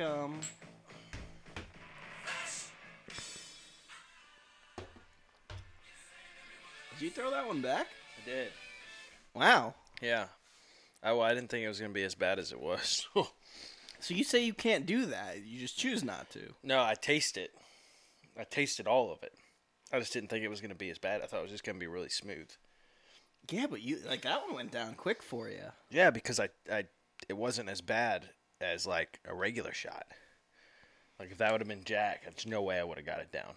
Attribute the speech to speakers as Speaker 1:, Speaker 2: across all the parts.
Speaker 1: um. Did you throw that one back?
Speaker 2: I did.
Speaker 1: Wow.
Speaker 2: Yeah. I, well, I didn't think it was going to be as bad as it was.
Speaker 1: So you say you can't do that. You just choose not to.
Speaker 2: no, I taste it. I tasted all of it. I just didn't think it was going to be as bad. I thought it was just going to be really smooth.
Speaker 1: Yeah, but you like that one went down quick for you.
Speaker 2: Yeah, because I, I it wasn't as bad as like a regular shot. Like if that would have been Jack, there's no way I would have got it down.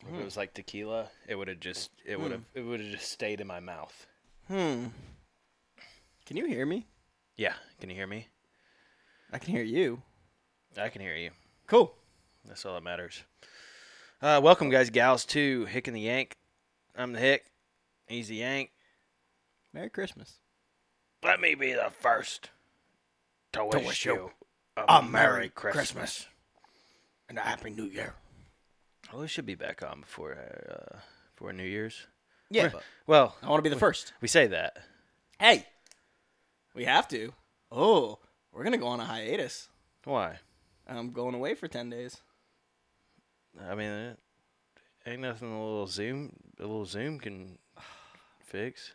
Speaker 2: If it was like tequila, it would have just it would have it would have just stayed in my mouth.
Speaker 1: Hmm. Can you hear me?
Speaker 2: Yeah, can you hear me?
Speaker 1: I can hear you.
Speaker 2: I can hear you.
Speaker 1: Cool.
Speaker 2: That's all that matters. Uh, welcome, guys, gals, to Hick and the Yank. I'm the Hick. He's the Yank.
Speaker 1: Merry Christmas.
Speaker 2: Let me be the first to wish,
Speaker 1: wish
Speaker 2: you
Speaker 1: you
Speaker 2: a, Merry Christmas.
Speaker 1: and a Happy New Year.
Speaker 2: Oh, we should be back on before uh, before New Year's.
Speaker 1: Yeah,
Speaker 2: We're- Well,
Speaker 1: I want to be the first.
Speaker 2: we say that.
Speaker 1: Hey, we have to. Oh, we're gonna go on a hiatus.
Speaker 2: Why?
Speaker 1: I'm going away for ten days.
Speaker 2: I mean, it ain't nothing a little Zoom a little Zoom can fix.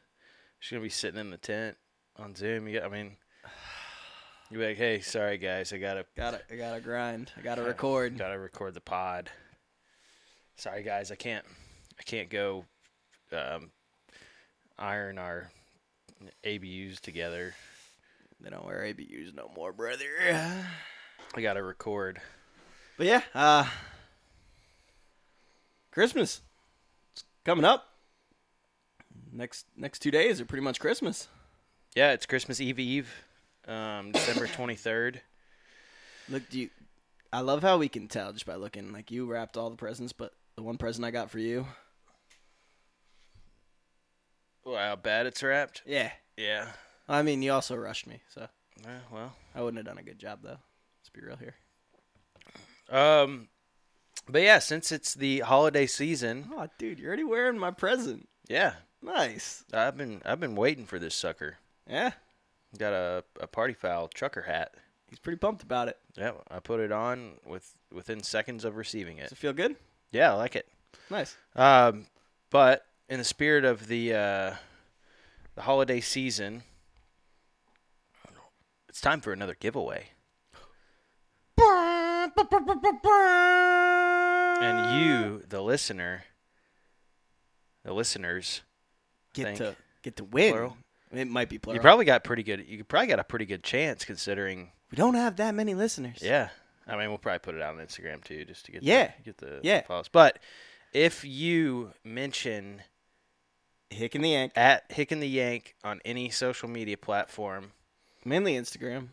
Speaker 2: She's gonna be sitting in the tent on Zoom. You got, I mean, you be like, hey, sorry guys, I gotta
Speaker 1: Got to I gotta grind. I gotta record.
Speaker 2: gotta record the pod. Sorry guys, I can't I can't go um, iron our ABUs together.
Speaker 1: They don't wear ABUs no more, brother.
Speaker 2: I gotta record.
Speaker 1: But yeah, uh, Christmas it's coming up. Next next two days are pretty much Christmas.
Speaker 2: Yeah, it's Christmas Eve Eve, um, December twenty third.
Speaker 1: Look, do you? I love how we can tell just by looking. Like you wrapped all the presents, but the one present I got for you,
Speaker 2: Well, how bad it's wrapped.
Speaker 1: yeah.
Speaker 2: Yeah.
Speaker 1: I mean, you also rushed me, so
Speaker 2: Yeah, well.
Speaker 1: I wouldn't have done a good job though. Let's be real here.
Speaker 2: Um, but yeah, since it's the holiday season,
Speaker 1: Oh, dude, you're already wearing my present.
Speaker 2: yeah,
Speaker 1: Nice.
Speaker 2: I've been I've been waiting for this sucker.
Speaker 1: Yeah,
Speaker 2: Got a, a party foul trucker hat.
Speaker 1: he's pretty pumped about it.
Speaker 2: Yeah, I put it on with within seconds of receiving
Speaker 1: Does
Speaker 2: it.
Speaker 1: it feel good?
Speaker 2: Yeah, I like it.
Speaker 1: Nice.
Speaker 2: Um, but in the spirit of the uh, the holiday season, it's time for another giveaway. And you, the listener, the listeners,
Speaker 1: Get
Speaker 2: Thank-
Speaker 1: to get to win.
Speaker 2: Plural?
Speaker 1: It might be plural.
Speaker 2: you probably got pretty good. You probably got a pretty good chance considering.
Speaker 1: we don't have that many listeners.
Speaker 2: Yeah, I mean, we'll probably put it out on Instagram too, just to get
Speaker 1: Yeah.
Speaker 2: the, get the
Speaker 1: Yeah.
Speaker 2: follows. But if you mention
Speaker 1: Hick and the Yank,
Speaker 2: at Hick and the Yank on any social media platform.
Speaker 1: mainly Instagram,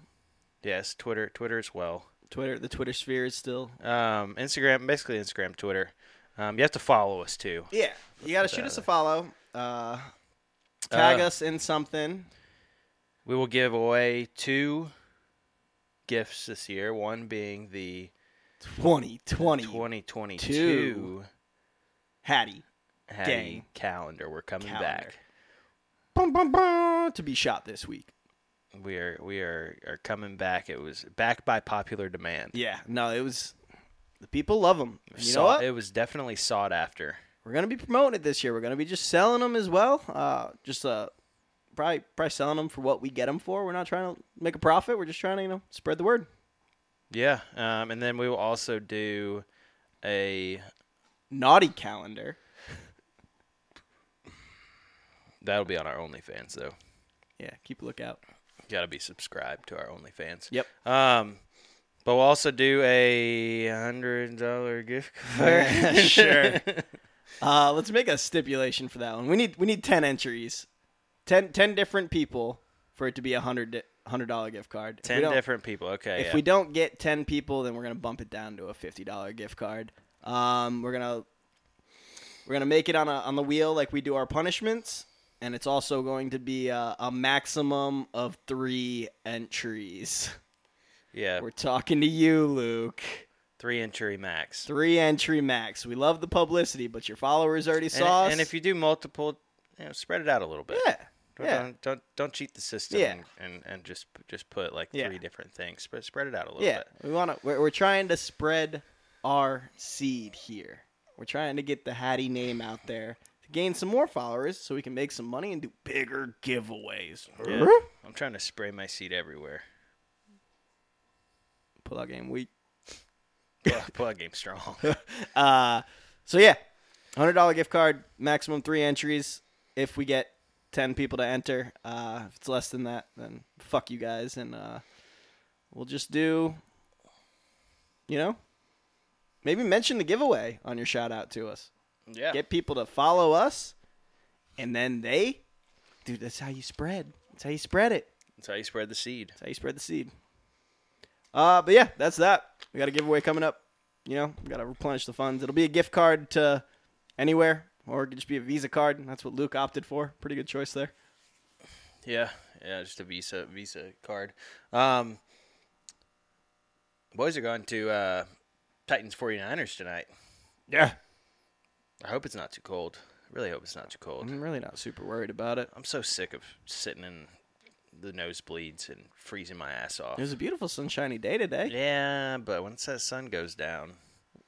Speaker 2: Yes, Twitter, Twitter as well.
Speaker 1: Twitter. The Twitter sphere is still.
Speaker 2: Um, Instagram, basically Instagram, Twitter. Um, you have to follow us too.
Speaker 1: Yeah, you gotta shoot us a follow. Uh, tag
Speaker 2: Uh,
Speaker 1: us in something.
Speaker 2: We will give away two gifts this year. One being the
Speaker 1: Twenty twenty.
Speaker 2: 2022
Speaker 1: Hattie.
Speaker 2: Hattie
Speaker 1: Dang.
Speaker 2: calendar. We're coming
Speaker 1: Calendar.
Speaker 2: back.
Speaker 1: Bum, bum, bum, to be shot this week.
Speaker 2: We are we are, are coming back. It was back by popular demand.
Speaker 1: Yeah, no, it was. The people love them. You know
Speaker 2: Sought-
Speaker 1: what?
Speaker 2: It was definitely sought after.
Speaker 1: We're gonna be promoting it this year. We're gonna be just selling them as well. Uh, just uh, probably probably selling them for what we get them for. We're not trying to make a profit. We're just trying to you know spread the word.
Speaker 2: Yeah. Um, and then we will also do a
Speaker 1: Naughty calendar.
Speaker 2: that'll be on our OnlyFans though.
Speaker 1: Yeah, keep a lookout.
Speaker 2: Got to be subscribed to our OnlyFans.
Speaker 1: Yep.
Speaker 2: Um, but we'll also do a hundred dollar gift card.
Speaker 1: sure. Uh, let's make a stipulation for that one. We need we need ten entries, 10, 10 different people for it to be a hundred hundred dollar gift card. If we
Speaker 2: Ten
Speaker 1: don't-
Speaker 2: different people. Okay.
Speaker 1: If
Speaker 2: yeah.
Speaker 1: we don't get ten people, then we're gonna bump it down to a fifty dollar gift card. Um, we're gonna we're gonna make it on a on the wheel like we do our punishments, and it's also going to be a, a maximum of three entries.
Speaker 2: yeah.
Speaker 1: We're talking to you, Luke.
Speaker 2: Three entry max.
Speaker 1: Three entry max. We love the publicity, but your followers already
Speaker 2: And,
Speaker 1: saw us.
Speaker 2: and if you do multiple, you know, spread it out a little bit.
Speaker 1: yeah,
Speaker 2: Don't,
Speaker 1: Yeah.
Speaker 2: don't, don't don't cheat the system
Speaker 1: Yeah.
Speaker 2: and, and, and just just put like
Speaker 1: Yeah.
Speaker 2: three different things. Spread spread it out a little
Speaker 1: Yeah,
Speaker 2: bit.
Speaker 1: we want to. We're, we're trying to spread our seed here. We're trying to get the Hattie name out there to gain some more followers, so we can make some money and do bigger giveaways.
Speaker 2: Yeah. I'm trying to spray my seed everywhere.
Speaker 1: Pull out game week.
Speaker 2: Plug, plug game strong.
Speaker 1: Uh, so yeah, hundred dollar gift card, maximum three entries. If we get ten people to enter, uh, if it's less than that, then fuck you guys, and uh, we'll just do. You know, maybe mention the giveaway on your shout out to us.
Speaker 2: yeah.
Speaker 1: Get people to follow us, and then they, dude. That's how you spread. That's how you spread it.
Speaker 2: That's how you spread the seed.
Speaker 1: That's how you spread the seed. Uh, but yeah, that's that. We got a giveaway coming up. You know, we got to replenish the funds. It'll be a gift card to anywhere, or it could just be a Visa card. and That's what Luke opted for. Pretty good choice there.
Speaker 2: Yeah. Yeah, just a Visa Visa card. Um Boys are going to uh Titans 49ers tonight.
Speaker 1: Yeah,
Speaker 2: I hope it's not too cold. I really hope it's not too cold.
Speaker 1: I'm really not super worried about it.
Speaker 2: I'm so sick of sitting in the nosebleeds and freezing my ass off.
Speaker 1: It was a beautiful sunshiny day today.
Speaker 2: Yeah, but once that sun goes down,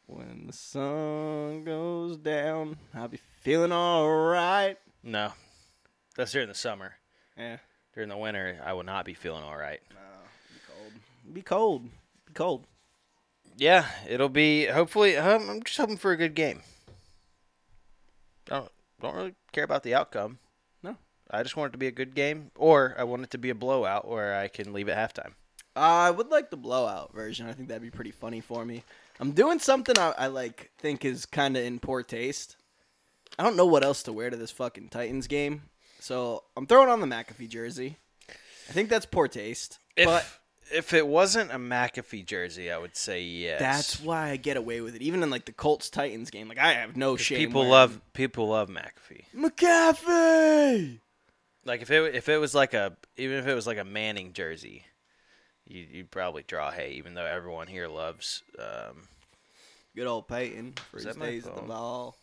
Speaker 1: When the sun goes down, I'll be feeling all right.
Speaker 2: no. That's during the summer.
Speaker 1: Yeah.
Speaker 2: During the winter, I will not be feeling all right.
Speaker 1: Be cold. Be cold. Be cold.
Speaker 2: Yeah, it'll be hopefully. Um, I'm just hoping for a good game. I don't don't really care about the outcome.
Speaker 1: No.
Speaker 2: I just want it to be a good game, or I want it to be a blowout where I can leave at halftime.
Speaker 1: I would like the blowout version. I think that'd be pretty funny for me. I'm doing something I, I like think is kind of in poor taste. I don't know what else to wear to this fucking Titans game, so I'm throwing on the McAfee jersey. I think that's poor taste,
Speaker 2: If
Speaker 1: but
Speaker 2: if it wasn't a McAfee jersey, I would say yes.
Speaker 1: that's why I get away with it. Even in like the Colts Titans game, like I have no shame.
Speaker 2: people
Speaker 1: wearing-
Speaker 2: love people love McAfee.
Speaker 1: McAfee.
Speaker 2: Like if it if it was like a even if it was like a Manning jersey, you, you'd probably draw hay. Even though everyone here loves um,
Speaker 1: Good old Peyton for
Speaker 2: Is
Speaker 1: his
Speaker 2: that my
Speaker 1: days at the
Speaker 2: phone?
Speaker 1: ball.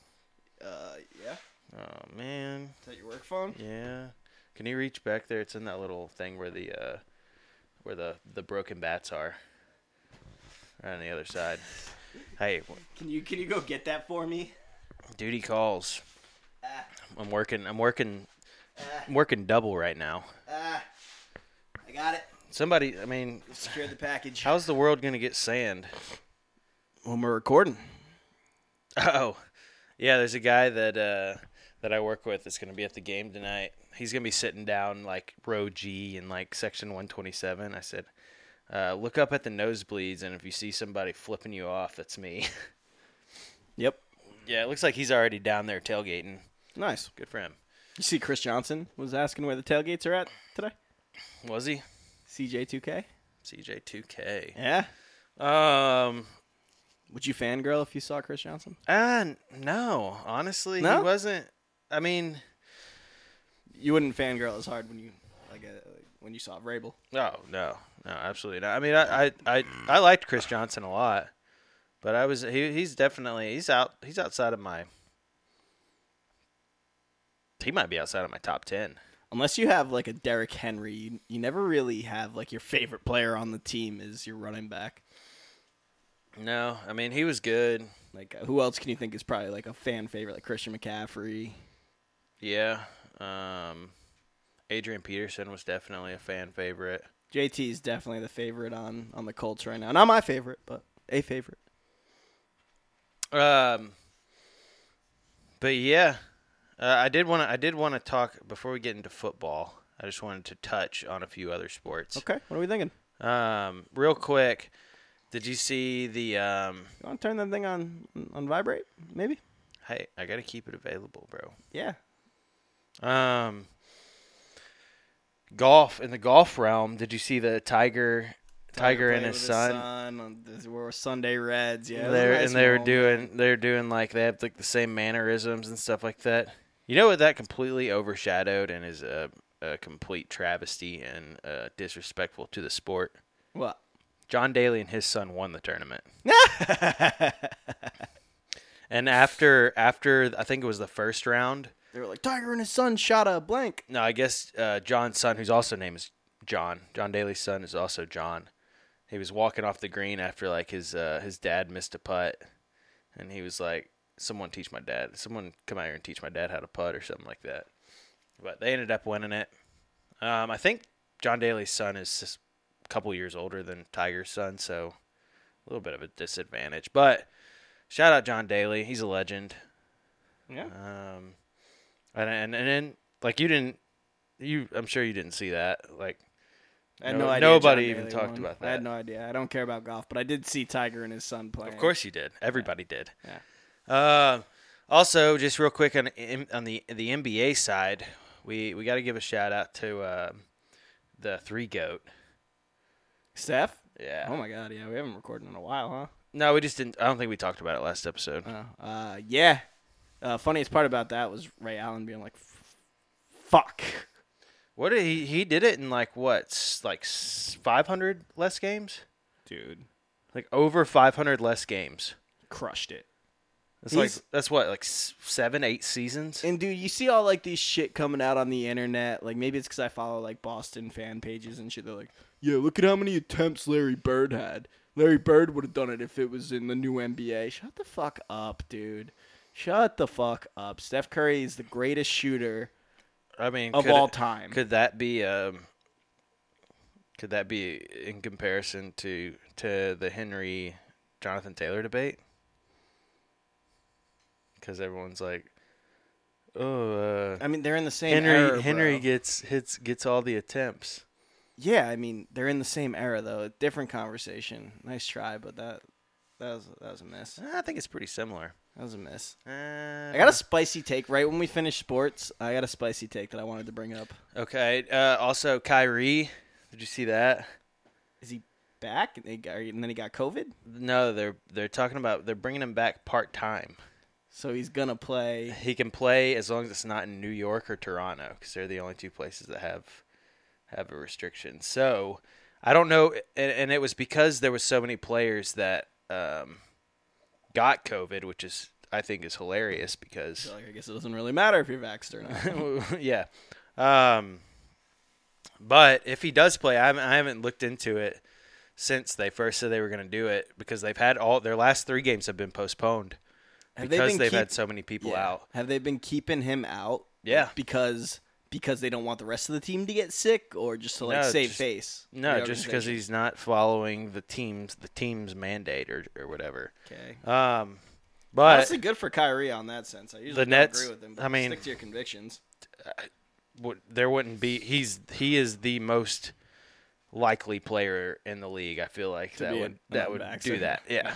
Speaker 1: Uh, yeah,
Speaker 2: oh man,
Speaker 1: is that your work phone?
Speaker 2: Yeah. Can you reach back there? It's in that little thing where the uh where the the broken bats are. Right on the other side. Hey,
Speaker 1: Can you can you go get that for me?
Speaker 2: duty calls.
Speaker 1: Ah.
Speaker 2: I'm working I'm working
Speaker 1: Ah.
Speaker 2: I'm working double right now.
Speaker 1: Ah, I got it.
Speaker 2: Somebody, I mean,
Speaker 1: Secured the package.
Speaker 2: how's the world going to get sand?
Speaker 1: When we're recording.
Speaker 2: Oh. Yeah, there's a guy that uh that I work with that's going to be at the game tonight. He's going to be sitting down like row G in like section 127. I said, uh, look up at the nosebleeds, and if you see somebody flipping you off, that's me.
Speaker 1: Yep.
Speaker 2: Yeah, it looks like he's already down there tailgating.
Speaker 1: Nice.
Speaker 2: Good for him.
Speaker 1: You see, Chris Johnson was asking where the tailgates are at today.
Speaker 2: Was he?
Speaker 1: CJ2K.
Speaker 2: CJ2K.
Speaker 1: Yeah.
Speaker 2: Um,
Speaker 1: Would you fangirl if you saw Chris Johnson?
Speaker 2: uh, no, honestly,
Speaker 1: No?
Speaker 2: he wasn't. I mean,
Speaker 1: You wouldn't fangirl as hard when you like, uh, like when you saw Rabel.
Speaker 2: no, no, no, absolutely not. I mean, I, I, I, I liked Chris Johnson a lot, but I was he, he's definitely he's out he's outside of my. He might be outside of my top ten.
Speaker 1: Unless you have like a Derrick Henry, you, you never really have like your favorite player on the team is your running back.
Speaker 2: No, I mean he was good.
Speaker 1: Like uh, who else can you think is probably like a fan favorite like Christian McCaffrey?
Speaker 2: Yeah. Um, Adrian Peterson was definitely a fan favorite.
Speaker 1: JT is definitely the favorite on on the Colts right now. Not my favorite, but a favorite.
Speaker 2: Um, but yeah, uh, I did want to. I did want to talk before we get into football. I just wanted to touch on a few other sports.
Speaker 1: Okay, what are we thinking?
Speaker 2: Um, real quick, did you see the? Um,
Speaker 1: You want to turn that thing on on vibrate? Maybe.
Speaker 2: hey, I gotta keep it available, bro.
Speaker 1: Yeah.
Speaker 2: Um, golf in the golf realm. Did you see the Tiger, Tiger, and his son?
Speaker 1: on this- we're Sunday Reds. Yeah. it was a
Speaker 2: they're
Speaker 1: nice
Speaker 2: and they're
Speaker 1: moment.
Speaker 2: doing they're doing like they have like the same mannerisms and stuff like that. You know what that completely overshadowed and is a, a complete travesty and uh, disrespectful to the sport.
Speaker 1: what?
Speaker 2: John Daly and his son won the tournament. and after after I think it was the first round,
Speaker 1: They were like, Tiger and his son shot a blank.
Speaker 2: No, I guess uh, John's son, whose also name is John, John Daly's son is also John. He was walking off the green after like his uh, his dad missed a putt, and he was like, "Someone teach my dad. Someone come out here and teach my dad how to putt or something like that." But they ended up winning it. Um, I think John Daly's son is just a couple years older than Tiger's son, so a little bit of a disadvantage. But shout out John Daly, he's a legend.
Speaker 1: Yeah.
Speaker 2: Um, and and and then like you didn't, you I'm sure you didn't see that. Like
Speaker 1: I had
Speaker 2: No-
Speaker 1: no, idea.
Speaker 2: nobody
Speaker 1: John
Speaker 2: even
Speaker 1: Daly
Speaker 2: talked
Speaker 1: won.
Speaker 2: about
Speaker 1: I had
Speaker 2: that.
Speaker 1: no idea. I don't care about golf, but I did see Tiger and his son playing.
Speaker 2: Of course you did. Everybody did.
Speaker 1: Yeah.
Speaker 2: Uh, also, just real quick on on the the NBA side, we we got to give a shout out to uh, the three goat.
Speaker 1: Steph?
Speaker 2: Yeah.
Speaker 1: Oh my god, yeah, we haven't recorded in a while, huh?
Speaker 2: No, we just didn't. I don't think we talked about it last episode.
Speaker 1: Oh, uh, yeah. Uh, funniest part about that was Ray Allen being like, "F- "Fuck."
Speaker 2: What did he he did it in like what s- like five hundred less games?
Speaker 1: Dude,
Speaker 2: Like over five hundred less games.
Speaker 1: crushed it.
Speaker 2: That's like
Speaker 1: He's-
Speaker 2: that's what like s- seven eight seasons.
Speaker 1: And dude, you see all like these shit coming out on the internet. Like maybe it's because I follow like Boston fan pages and shit. They're like, "Yeah, look at how many attempts Larry Bird had. Larry Bird would have done it if it was in the new NBA." Shut the fuck up, dude. Shut the fuck up. Steph Curry is the greatest shooter
Speaker 2: I mean,
Speaker 1: of
Speaker 2: could
Speaker 1: all
Speaker 2: it-
Speaker 1: time.
Speaker 2: Could that be um could that be in comparison to to the Henry Jonathan Taylor debate? Cuz everyone's like oh uh,
Speaker 1: I mean, they're in the same
Speaker 2: Henry
Speaker 1: era,
Speaker 2: Henry
Speaker 1: bro.
Speaker 2: gets hits gets all the attempts.
Speaker 1: Yeah, I mean they're in the same era though. Different conversation. Nice try, but that that was that was a miss.
Speaker 2: I think it's pretty similar.
Speaker 1: That was a miss.
Speaker 2: Uh,
Speaker 1: I got a spicy take right when we finished sports. I got a spicy take that I wanted to bring up.
Speaker 2: Okay. Uh, also Kyrie, did you see that?
Speaker 1: Is he back? And, they got, and then he got COVID,
Speaker 2: No, they're they're talking about they're bringing him back part-time.
Speaker 1: so he's gonna play.
Speaker 2: He can play as long as it's not in New York or Toronto because they're the only two places that have have a restriction. So I don't know, and, and it was because there was so many players that um, got COVID, which is I think is hilarious because
Speaker 1: So like, I guess it doesn't really matter if you're vaxxed or not.
Speaker 2: yeah. Um, but if he does play, I haven't, I haven't looked into it since they first said they were going to do it because they've had all their last three games have been postponed
Speaker 1: Have they
Speaker 2: because
Speaker 1: been
Speaker 2: they've
Speaker 1: keep-
Speaker 2: had so many people
Speaker 1: Yeah.
Speaker 2: out.
Speaker 1: Have they been keeping him out?
Speaker 2: Yeah.
Speaker 1: Because because they don't want the rest of the team to get sick, or just to like
Speaker 2: No,
Speaker 1: save
Speaker 2: just-
Speaker 1: face. for
Speaker 2: No,
Speaker 1: the
Speaker 2: just because
Speaker 1: organization?
Speaker 2: he's not following the team's the team's mandate or, or whatever.
Speaker 1: okay.
Speaker 2: Um, but
Speaker 1: Honestly, good for Kyrie on that sense. I usually
Speaker 2: The
Speaker 1: don't
Speaker 2: Nets-
Speaker 1: agree with him. But
Speaker 2: I mean-
Speaker 1: stick to your convictions.
Speaker 2: would- there wouldn't be he's he is the most likely player in the league. I feel like that
Speaker 1: be
Speaker 2: would
Speaker 1: an
Speaker 2: that would
Speaker 1: unvaxxed.
Speaker 2: do that. Yeah.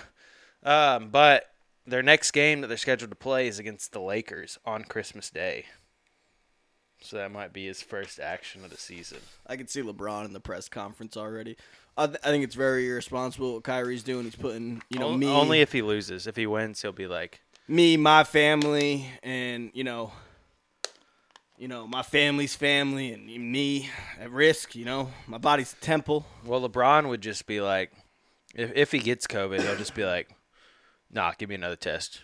Speaker 2: Um, but their next game that they're scheduled to play is against the Lakers on Christmas Day. So that might be his first action of the season.
Speaker 1: I could see LeBron in the press conference already. I, th- I think it's very irresponsible what Kyrie's doing. He's putting you know
Speaker 2: O-
Speaker 1: me,
Speaker 2: Only if he loses. If he wins, he'll be like,
Speaker 1: me, my family, and you know, you know, my family's family and me at risk. You know, my body's a temple.
Speaker 2: "Well, LeBron would just be like, if if he gets COVID, he'll just be like, Nah, give me another test.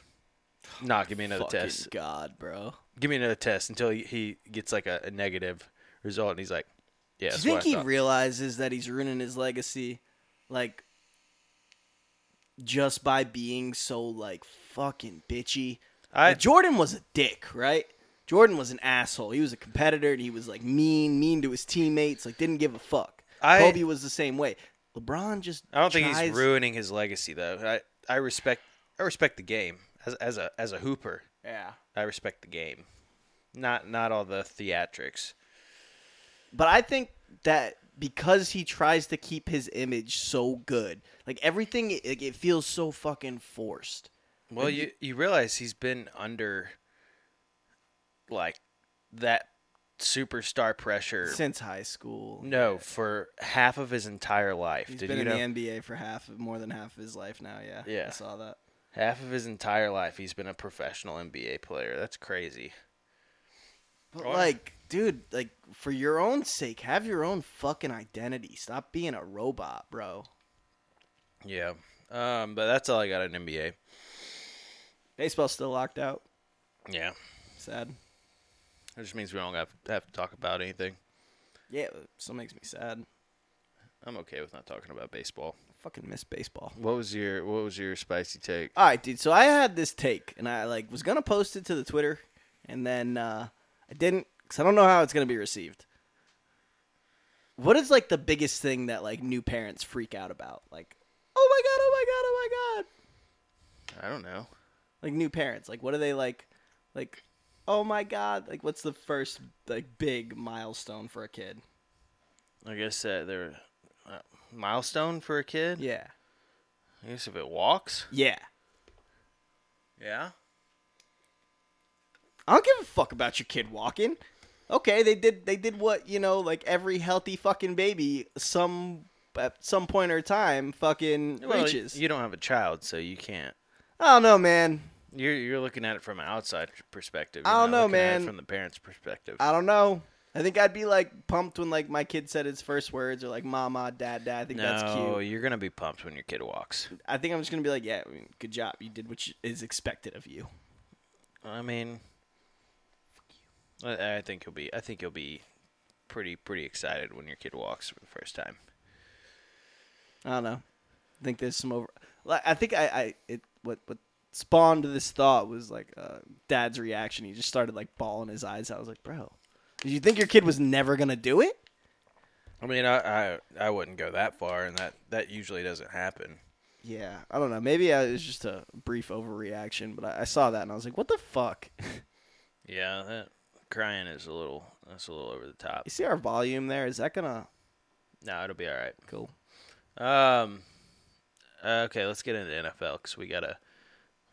Speaker 2: Nah, give me another
Speaker 1: Fucking
Speaker 2: test.
Speaker 1: God, bro.
Speaker 2: give me another test until he, he gets like a, a negative result and he's like yeah
Speaker 1: Do you
Speaker 2: that's
Speaker 1: think
Speaker 2: what I
Speaker 1: he
Speaker 2: thought."
Speaker 1: realizes that he's ruining his legacy, like, just by being so like fucking bitchy?
Speaker 2: I-
Speaker 1: Like, Jordan was a dick, right? Jordan was an asshole. He was a competitor, and he was like mean, mean to his teammates. Like, didn't give a fuck.
Speaker 2: I-
Speaker 1: Kobe was the same way. LeBron just.
Speaker 2: i don't think he's
Speaker 1: tries-
Speaker 2: ruining his legacy though i i respect i respect the game as, as a as a hooper
Speaker 1: Yeah,
Speaker 2: i respect the game not not all the theatrics
Speaker 1: but I think that because he tries to keep his image so good, like everything, it, it feels so fucking forced.
Speaker 2: well you you realize he's been under like that superstar pressure
Speaker 1: Since high school,
Speaker 2: no for half of his entire life
Speaker 1: He's
Speaker 2: did
Speaker 1: been
Speaker 2: you
Speaker 1: in
Speaker 2: know
Speaker 1: the NBA for half, more than half of his life now. Yeah,
Speaker 2: Yeah.
Speaker 1: I saw that.
Speaker 2: half of his entire life he's been a professional nba player that's crazy
Speaker 1: But
Speaker 2: Oh, yeah.
Speaker 1: like, dude, like for your own sake, have your own fucking identity. Stop being a robot, bro.
Speaker 2: Yeah. Um, but that's all I got on NBA.
Speaker 1: Baseball's still locked out.
Speaker 2: Yeah.
Speaker 1: Sad.
Speaker 2: That just means we don't have, have to talk about anything.
Speaker 1: Yeah, it still makes me sad.
Speaker 2: I'm okay with not talking about baseball.
Speaker 1: I fucking miss baseball.
Speaker 2: What was your What was your spicy take?
Speaker 1: All right, dude. So I had this take, and I like was gonna post it to the Twitter, and then uh, I didn't because I don't know how it's gonna be received. What is like the biggest thing that like new parents freak out about? Like, oh my god, oh my god, oh my god.
Speaker 2: I don't know.
Speaker 1: Like new parents, like what are they like? Like, oh my god, like what's the first like big milestone for a kid?
Speaker 2: I guess uh, they're uh, milestone for a kid.
Speaker 1: Yeah,
Speaker 2: I guess if it walks.
Speaker 1: yeah.
Speaker 2: Yeah.
Speaker 1: I don't give a fuck about your kid walking. Okay, they did they did what you know like every healthy fucking baby some at some point or time fucking
Speaker 2: Well,
Speaker 1: reaches.
Speaker 2: you don't have a child, so you can't.
Speaker 1: I don't know, man.
Speaker 2: You're You're looking at it from an outside perspective.
Speaker 1: I
Speaker 2: You're
Speaker 1: don't
Speaker 2: not
Speaker 1: know,
Speaker 2: looking at it
Speaker 1: man.
Speaker 2: from the parents' perspective.
Speaker 1: I don't know. I think I'd be like pumped when like my kid said his first words or like mama, dad, dad. I think
Speaker 2: no,
Speaker 1: that's cute.
Speaker 2: you're gonna be pumped when your kid walks.
Speaker 1: I think I'm just gonna be like, yeah, I mean, good job. You did what you- is expected of you.
Speaker 2: I mean, I, I think you'll be. I think you'll be pretty pretty excited when your kid walks for the first time.
Speaker 1: I don't know. I think there's some over. Like, I think I, I it what what spawned this thought was like uh, Dad's reaction. He just started like bawling his eyes out. I was like, bro, did you think your kid was never gonna do it?
Speaker 2: I mean, I I, I wouldn't go that far, and that that usually doesn't happen.
Speaker 1: Yeah, I don't know. Maybe I, it was just a brief overreaction, but I, I saw that and I was like, what the fuck?
Speaker 2: Yeah, that crying is a little that's a little over the top.
Speaker 1: You see our volume there? Is that gonna
Speaker 2: No, it'll be all right.
Speaker 1: cool?
Speaker 2: Um, uh, okay, let's get into NFL because we gotta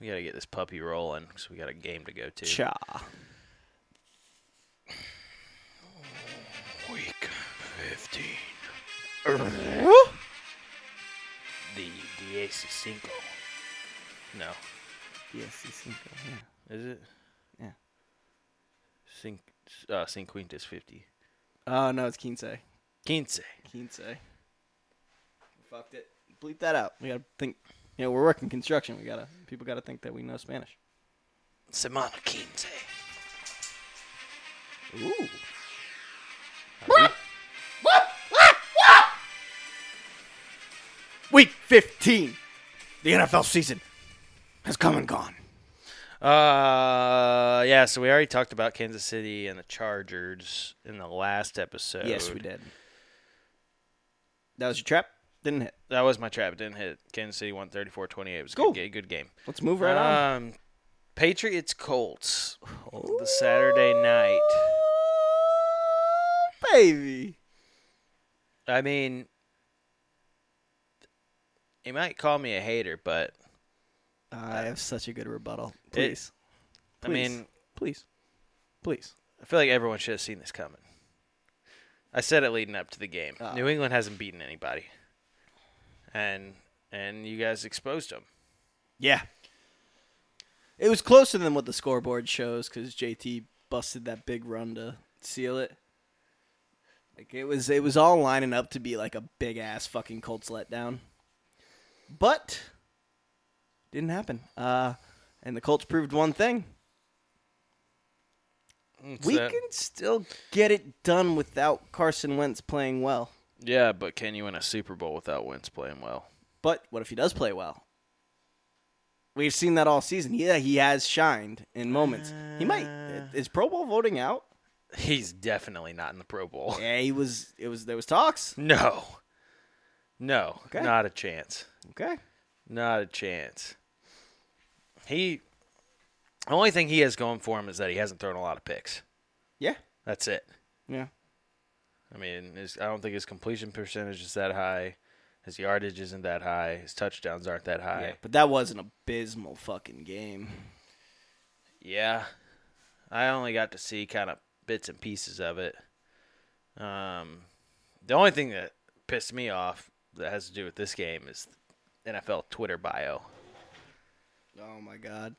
Speaker 2: we gotta get this puppy rolling because we got a game to go to.
Speaker 1: Cha.
Speaker 2: Week fifteen,
Speaker 1: yeah,
Speaker 2: the the Ace of Cinco. No,
Speaker 1: sí, cinco, yeah.
Speaker 2: is it?
Speaker 1: Yeah.
Speaker 2: Cinc uh, Cinquintus fifty.
Speaker 1: Oh no, it's quince.
Speaker 2: Quince.
Speaker 1: Quince. Fucked it. Bleep that out. We gotta think. You know, we're working construction. We gotta. People gotta think that we know Spanish.
Speaker 2: Semana quince.
Speaker 1: Ooh. Week 15. The NFL season has come and gone.
Speaker 2: Uh, yeah. So we already talked about Kansas City and the Chargers in the last episode.
Speaker 1: Yes, we did. That was your trap? Didn't hit.
Speaker 2: That was my trap. It didn't hit. Kansas City won 34-28. It was a
Speaker 1: Cool.
Speaker 2: good, ga- good game.
Speaker 1: Let's move right on.
Speaker 2: Um, Patriots Colts the Saturday night.
Speaker 1: Baby.
Speaker 2: I mean, you might call me a hater, but
Speaker 1: I have such a good rebuttal. Please.
Speaker 2: uh, I mean,
Speaker 1: please. Please.
Speaker 2: I feel like everyone should have seen this coming. I said it leading up to the game.
Speaker 1: Oh.
Speaker 2: New England hasn't beaten anybody, and and you guys exposed them.
Speaker 1: Yeah. It was closer than what the scoreboard shows because JT busted that big run to seal it. Like it was, it was all lining up to be like a big ass fucking Colts letdown, but didn't happen. Uh, and the Colts proved one thing: we can still get it done without Carson Wentz playing well.
Speaker 2: yeah, but can you win a Super Bowl without Wentz playing well?
Speaker 1: But what if he does play well? We've seen that all season. Yeah, he has shined in moments. He might is Pro Bowl voting out.
Speaker 2: He's definitely not in the Pro Bowl.
Speaker 1: Yeah, he was. It was there was talks.
Speaker 2: No, no,
Speaker 1: Okay.
Speaker 2: not a chance.
Speaker 1: Okay,
Speaker 2: Not a chance. He, the only thing he has going for him is that he hasn't thrown a lot of picks.
Speaker 1: yeah,
Speaker 2: That's it.
Speaker 1: yeah.
Speaker 2: I mean, his, I don't think his completion percentage is that high. His yardage isn't that high. His touchdowns aren't that high.
Speaker 1: But that was an abysmal fucking game.
Speaker 2: Yeah. I only got to see kind of bits and pieces of it. Um, the only thing that pissed me off that has to do with this game is NFL Twitter bio.
Speaker 1: Oh my god.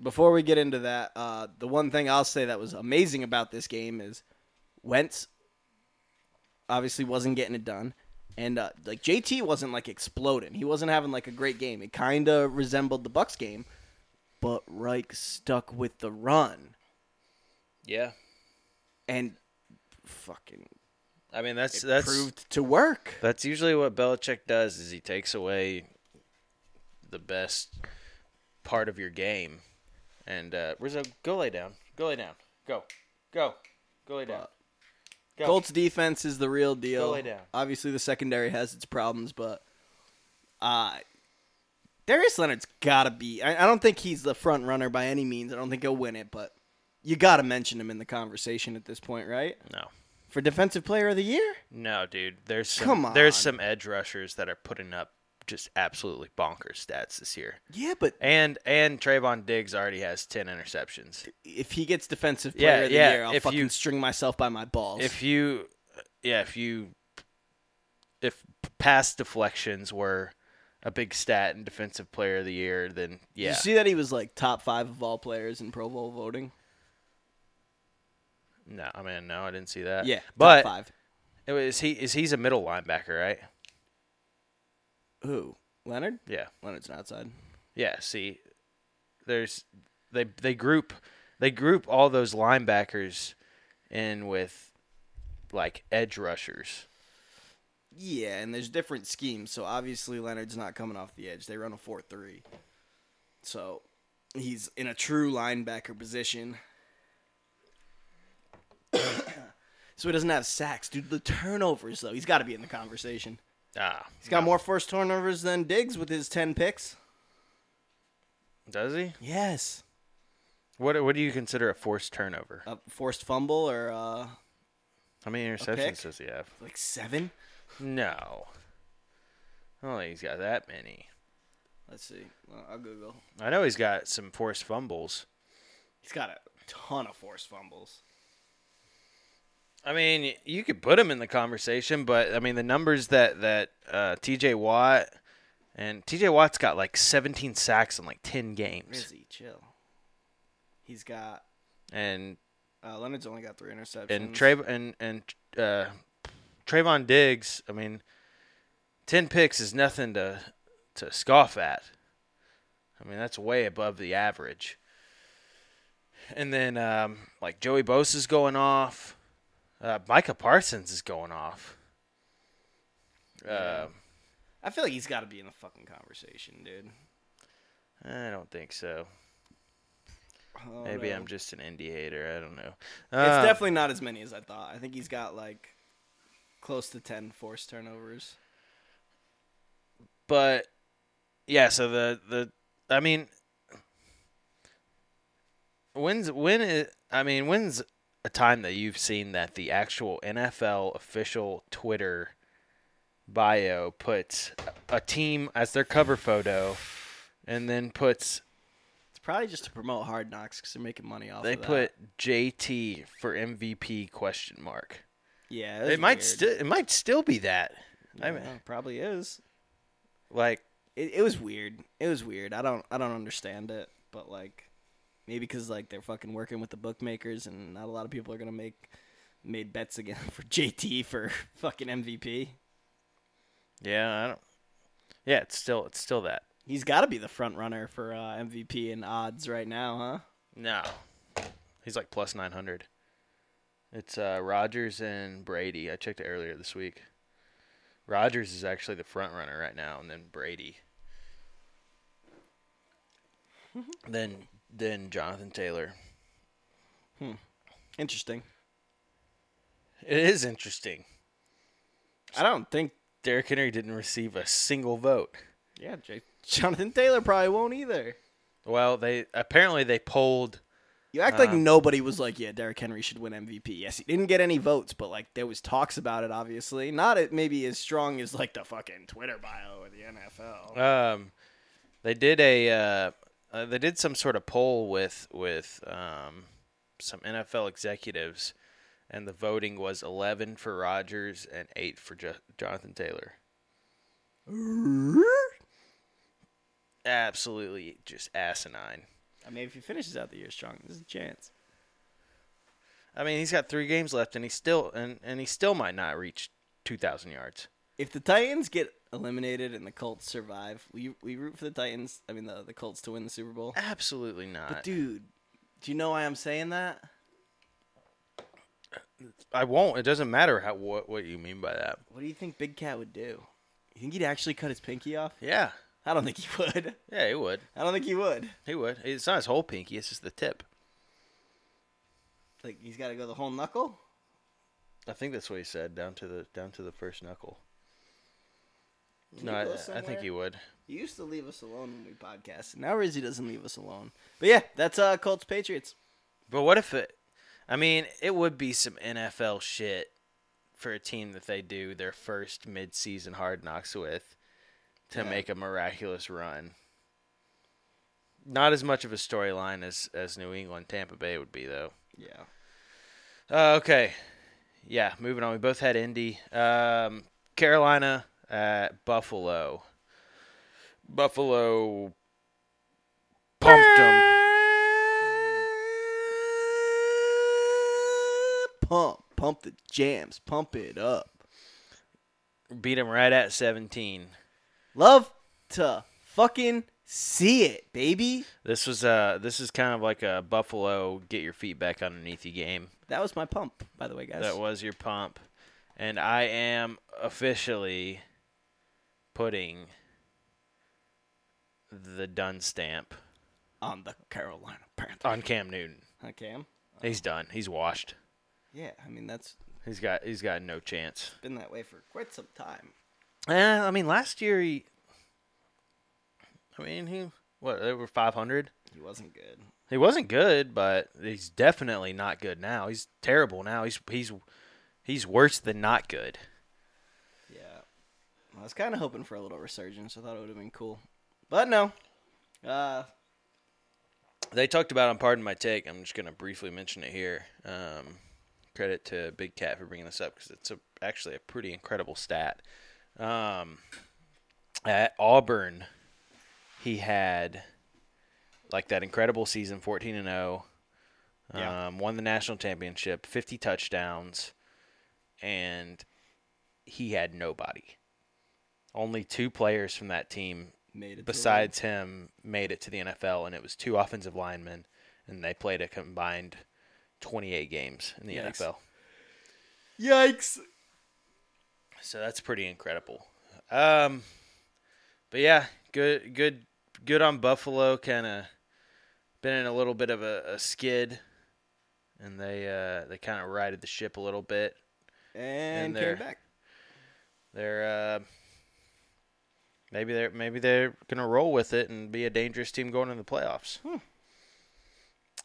Speaker 1: Before we get into that, uh, the one thing I'll say that was amazing about this game is Wentz obviously wasn't getting it done, and uh, like JT wasn't like exploding. He wasn't having like a great game. It kind of resembled the Bucks game, but Reich stuck with the run.
Speaker 2: Yeah.
Speaker 1: and fucking
Speaker 2: I mean, that's that's
Speaker 1: proved to work.
Speaker 2: that's usually what Belichick does is he takes away the best part of your game. And uh, Rizzo, go lay down. Go lay down. Go, go, go lay down. Go.
Speaker 1: Colts defense is the real deal.
Speaker 2: lay down.
Speaker 1: Obviously, the secondary has its problems, but uh, Darius Leonard's got to be. I, I don't think he's the front runner by any means. I don't think he'll win it, but you got to mention him in the conversation at this point, right?
Speaker 2: No,
Speaker 1: For defensive player of the year?
Speaker 2: no, dude. There's some,
Speaker 1: Come on.
Speaker 2: there's some edge rushers that are putting up just absolutely bonkers stats this year.
Speaker 1: Yeah, but
Speaker 2: And and Trayvon Diggs already has ten interceptions.
Speaker 1: if he gets defensive player
Speaker 2: Yeah,
Speaker 1: of the
Speaker 2: yeah,
Speaker 1: year, I'll
Speaker 2: if
Speaker 1: fucking
Speaker 2: you-
Speaker 1: string myself by my balls.
Speaker 2: If you, yeah, if you, if pass deflections were a big stat in Defensive Player of the Year, then
Speaker 1: Did
Speaker 2: yeah,
Speaker 1: you see that he was like top five of all players in Pro Bowl voting?
Speaker 2: no, I mean, no, I didn't see that.
Speaker 1: Yeah,
Speaker 2: but
Speaker 1: top five.
Speaker 2: it was he is he's a middle linebacker, right?
Speaker 1: Who? Leonard?
Speaker 2: Yeah,
Speaker 1: Leonard's an outside.
Speaker 2: yeah. See, there's they they group they group all those linebackers in with like edge rushers.
Speaker 1: Yeah, and there's different schemes. So obviously Leonard's not coming off the edge. They run a four three, so he's in a true linebacker position. so he doesn't have sacks, dude. The turnovers though, he's got to be in the conversation.
Speaker 2: Ah,
Speaker 1: He's got more forced turnovers than Diggs with his ten picks.
Speaker 2: does he?
Speaker 1: Yes,
Speaker 2: What what do you consider a forced turnover?
Speaker 1: a forced fumble or uh,
Speaker 2: How many
Speaker 1: pick?
Speaker 2: interceptions does he have?
Speaker 1: like seven.
Speaker 2: No. I don't think he's got that many.
Speaker 1: Let's see. Well, I'll Google.
Speaker 2: I know he's got some forced fumbles.
Speaker 1: He's got a ton of forced fumbles.
Speaker 2: I mean, you could put him in the conversation, but I mean, the numbers that that uh, T.J. Watt and T.J. Watt's got like 17 sacks in like 10 games,
Speaker 1: Rizzy, chill. He's got
Speaker 2: and
Speaker 1: Uh, Leonard's only got three interceptions.
Speaker 2: and Tra- and and uh, Trayvon Diggs. I mean, 10 picks is nothing to to scoff at. I mean, that's way above the average. And then, um, like Joey Bosa's going off, uh, Micah Parsons is going off. Um
Speaker 1: I feel like he's got to be in the fucking conversation, dude.
Speaker 2: I don't think so.
Speaker 1: I don't
Speaker 2: Maybe
Speaker 1: know.
Speaker 2: I'm just an indie hater. I don't know.
Speaker 1: Oh, It's
Speaker 2: Um,
Speaker 1: definitely not as many as I thought. I think he's got like close to ten forced turnovers.
Speaker 2: but yeah so the the i mean when's when is i mean when's a time that you've seen that the actual nfl official twitter bio puts a team as their cover photo and then puts
Speaker 1: It's probably just to promote Hard Knocks because they're making money off.
Speaker 2: they
Speaker 1: of that.
Speaker 2: put jt for mvp question mark
Speaker 1: yeah.
Speaker 2: it might still it might still be that
Speaker 1: I
Speaker 2: I
Speaker 1: mean,
Speaker 2: mean-
Speaker 1: probably is.
Speaker 2: like
Speaker 1: It, it was weird. It was weird. I don't I don't understand it, but like maybe because like they're fucking working with the bookmakers and not a lot of people are gonna make made bets again for JT for fucking MVP.
Speaker 2: yeah i don't yeah it's still it's still that
Speaker 1: He's got to be the front runner for uh, MVP in odds right now, huh?
Speaker 2: No. He's like plus 900. It's uh, Rogers and Brady. I checked it earlier this week. Rogers is actually the front runner right now, and then Brady. then then Jonathan Taylor.
Speaker 1: Interesting.
Speaker 2: It is interesting.
Speaker 1: I don't think.
Speaker 2: Derrick Henry didn't receive a single vote.
Speaker 1: Yeah, J- Jonathan Taylor probably won't either.
Speaker 2: Well, they apparently they polled
Speaker 1: You act like nobody was like, yeah, Derrick Henry should win MVP. Yes, he didn't get any votes, but like there was talks about it. Obviously, not it maybe as strong as like the fucking Twitter bio or the NFL.
Speaker 2: Um, they did a uh, uh, they did some sort of poll with with um, some NFL executives, and the voting was eleven for Rodgers and eight for jo- Jonathan Taylor. Absolutely, just asinine.
Speaker 1: I mean, if he finishes out the year strong, there's a chance.
Speaker 2: I mean, he's got three games left, and he still and, and he still might not reach two thousand yards.
Speaker 1: If the Titans get eliminated and the Colts survive, we we root for the Titans. I mean, the the Colts to win the Super Bowl.
Speaker 2: Uh, Absolutely not.
Speaker 1: Dude, do you know why I'm saying that?
Speaker 2: I won't. It doesn't matter how what what you mean by that.
Speaker 1: What do you think Big Cat would do? You think he'd actually cut his pinky off?
Speaker 2: Yeah,
Speaker 1: I don't think he would.
Speaker 2: yeah, he would.
Speaker 1: I don't think he would.
Speaker 2: He would. It's not his whole pinky. It's just the tip.
Speaker 1: Like he's got to go the whole knuckle.
Speaker 2: I think that's what he said. Down to the down to the first knuckle.
Speaker 1: Can
Speaker 2: No,
Speaker 1: you go
Speaker 2: I, I
Speaker 1: somewhere?
Speaker 2: think he would.
Speaker 1: He used to leave us alone when we podcast. Now Rizzy doesn't leave us alone. But yeah, that's uh, Colts Patriots.
Speaker 2: But what if it? I mean, it would be some NFL shit for a team that they do their first midseason hard knocks with to
Speaker 1: Yeah.
Speaker 2: make a miraculous run. Not as much of a storyline as as New England Tampa Bay would be though.
Speaker 1: Yeah.
Speaker 2: Uh, okay, yeah. Moving on, we both had Indy, um, Carolina at Buffalo. Buffalo pumped them.
Speaker 1: Pump, pump the jams, pump it up.
Speaker 2: Beat them right at seventeen.
Speaker 1: Love to fucking see it, baby.
Speaker 2: This was uh this is kind of like a Buffalo get your feet back underneath you game.
Speaker 1: That was my pump, by the way, guys.
Speaker 2: That was your pump. And I am officially putting the done stamp
Speaker 1: on the Carolina Panthers.
Speaker 2: on Cam Newton.
Speaker 1: I Cam?
Speaker 2: He's done. He's washed.
Speaker 1: Yeah, I mean that's
Speaker 2: He's got he's got no chance.
Speaker 1: been that way for quite some time.
Speaker 2: Eh, I mean last year he I mean he what, they were five hundred?
Speaker 1: He wasn't good.
Speaker 2: He wasn't good, but he's definitely not good now. He's terrible now. He's he's he's worse than not good.
Speaker 1: Yeah. I was kind of hoping for a little resurgence. I thought it would have been cool. But no. Uh,
Speaker 2: They talked about on Pardon My Take. I'm just going to briefly mention it here. Um, credit to Big Cat for bringing this up because it's a, actually a pretty incredible stat. Um, at Auburn, he had like that incredible season, 14 and 0. Um,
Speaker 1: Yeah.
Speaker 2: Won the national championship, 50 touchdowns, and he had nobody. Only two players from that team
Speaker 1: made it.
Speaker 2: besides him made it to the NFL, and it was two offensive linemen, and they played a combined 28 games in the
Speaker 1: Yikes.
Speaker 2: NFL.
Speaker 1: to the league. Yikes.
Speaker 2: So that's pretty incredible. Um, but yeah, good, good, good on Buffalo. Kind of been in a little bit of a, a skid, and they uh, they kind of righted the ship a little bit.
Speaker 1: And,
Speaker 2: And there.
Speaker 1: came back.
Speaker 2: They're uh, maybe they're maybe they're gonna roll with it and be a dangerous team going into the playoffs.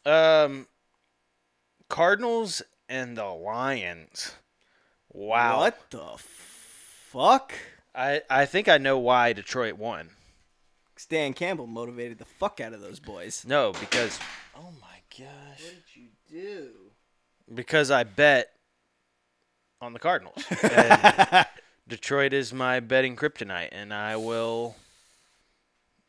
Speaker 2: Um, Cardinals and the Lions. Wow,
Speaker 1: What the fuck?
Speaker 2: I I think I know why Detroit won.
Speaker 1: Stan Campbell motivated the fuck out of those boys.
Speaker 2: No, because oh my gosh,
Speaker 1: did you do?
Speaker 2: because I bet on the Cardinals. And Detroit is my betting kryptonite, and I will.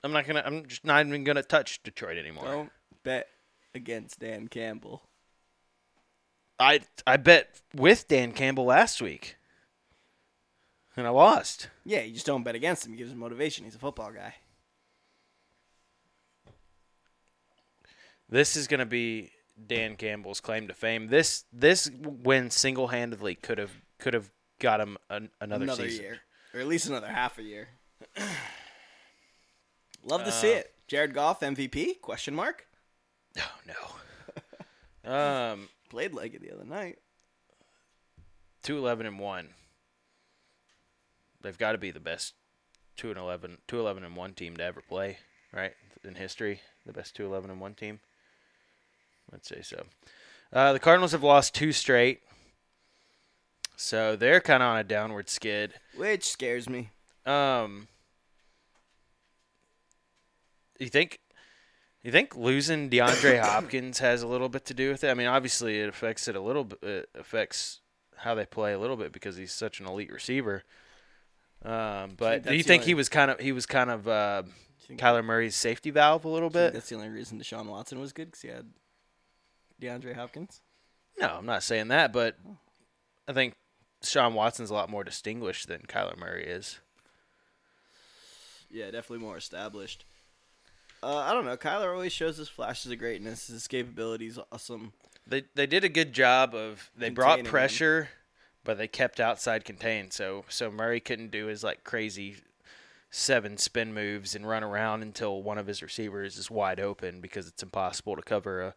Speaker 2: I'm not gonna. I'm just not even gonna touch Detroit anymore.
Speaker 1: Don't bet against Dan Campbell.
Speaker 2: I I bet with Dan Campbell last week, and I lost.
Speaker 1: Yeah, you just don't bet against him. He gives him motivation. He's a football guy.
Speaker 2: This is going to be Dan Campbell's claim to fame. This this win single handedly could have could have got him an, another,
Speaker 1: Another
Speaker 2: season.
Speaker 1: year. Or at least another half a year. Love to
Speaker 2: Uh.
Speaker 1: see it. Jared Goff MVP? Question mark.
Speaker 2: Oh no. um,
Speaker 1: Played like it the other night.
Speaker 2: two eleven and one. They've got to be the best two and 11, 2 11 and one team to ever play, right? In history, the best two eleven and one team. Let's say so. Uh, the Cardinals have lost two straight, so they're kind of on a downward skid.
Speaker 1: Which scares me.
Speaker 2: Um, you think you think losing DeAndre Hopkins has a little bit to do with it? I mean, obviously it affects it a little bit. It affects how they play a little bit because he's such an elite receiver. Um, but do
Speaker 1: that's
Speaker 2: you
Speaker 1: the
Speaker 2: think he
Speaker 1: only-
Speaker 2: was kind of he was kind of uh,
Speaker 1: think-
Speaker 2: Kyler Murray's safety valve a little
Speaker 1: I think
Speaker 2: bit?
Speaker 1: that's the only reason Deshaun Watson was good because he had DeAndre Hopkins.
Speaker 2: No, I'm not saying that, but I think Sean Watson's a lot more distinguished than Kyler Murray is.
Speaker 1: Yeah, definitely more established. Uh, I don't know. Kyler always shows his flashes of greatness. His escapability is awesome.
Speaker 2: They they did a good job of they brought
Speaker 1: Containing him.
Speaker 2: pressure, but they kept outside contained. So so Murray couldn't do his like crazy seven spin moves and run around until one of his receivers is wide open because it's impossible to cover a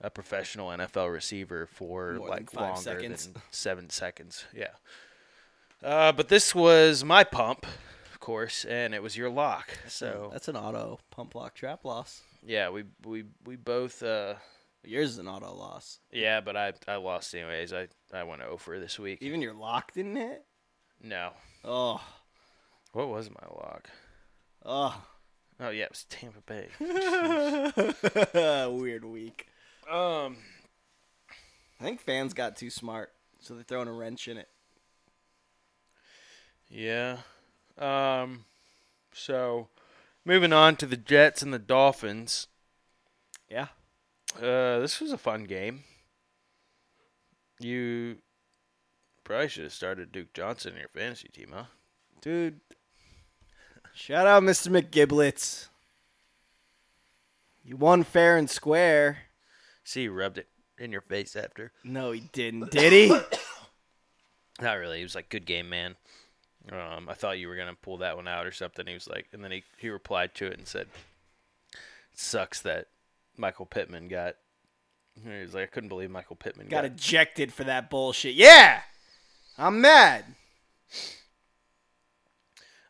Speaker 2: a professional NFL receiver for
Speaker 1: More than
Speaker 2: like
Speaker 1: five
Speaker 2: longer
Speaker 1: seconds.
Speaker 2: than seven seconds. Yeah. Uh, but this was my pump, of course, and it was your lock. So
Speaker 1: that's an auto pump lock trap loss.
Speaker 2: yeah, we we we both. Uh,
Speaker 1: Yours is an auto loss.
Speaker 2: yeah, but I, I lost anyways. I, I went over this week.
Speaker 1: Even your lock didn't hit.
Speaker 2: No.
Speaker 1: Oh,
Speaker 2: What was my log?
Speaker 1: oh,
Speaker 2: Oh yeah, it was Tampa Bay.
Speaker 1: weird week.
Speaker 2: um,
Speaker 1: I think fans got too smart, so they're throwing a wrench in it.
Speaker 2: yeah. Um, so moving on to the Jets and the Dolphins.
Speaker 1: Yeah.
Speaker 2: Uh, this was a fun game. You probably should have started Duke Johnson in your fantasy team, huh?
Speaker 1: Dude. Shout out, Mr. McGiblets. You won fair and square.
Speaker 2: See, he rubbed it in your face after.
Speaker 1: No, he didn't, did he?
Speaker 2: Not really. He was like, "Good game, man." Um, I thought you were gonna pull that one out or something. He was like, and then he he replied to it and said, "Sucks that Michael Pittman got." He was like, "I couldn't believe Michael Pittman
Speaker 1: Got
Speaker 2: got,
Speaker 1: ejected for that bullshit. Yeah! I'm mad.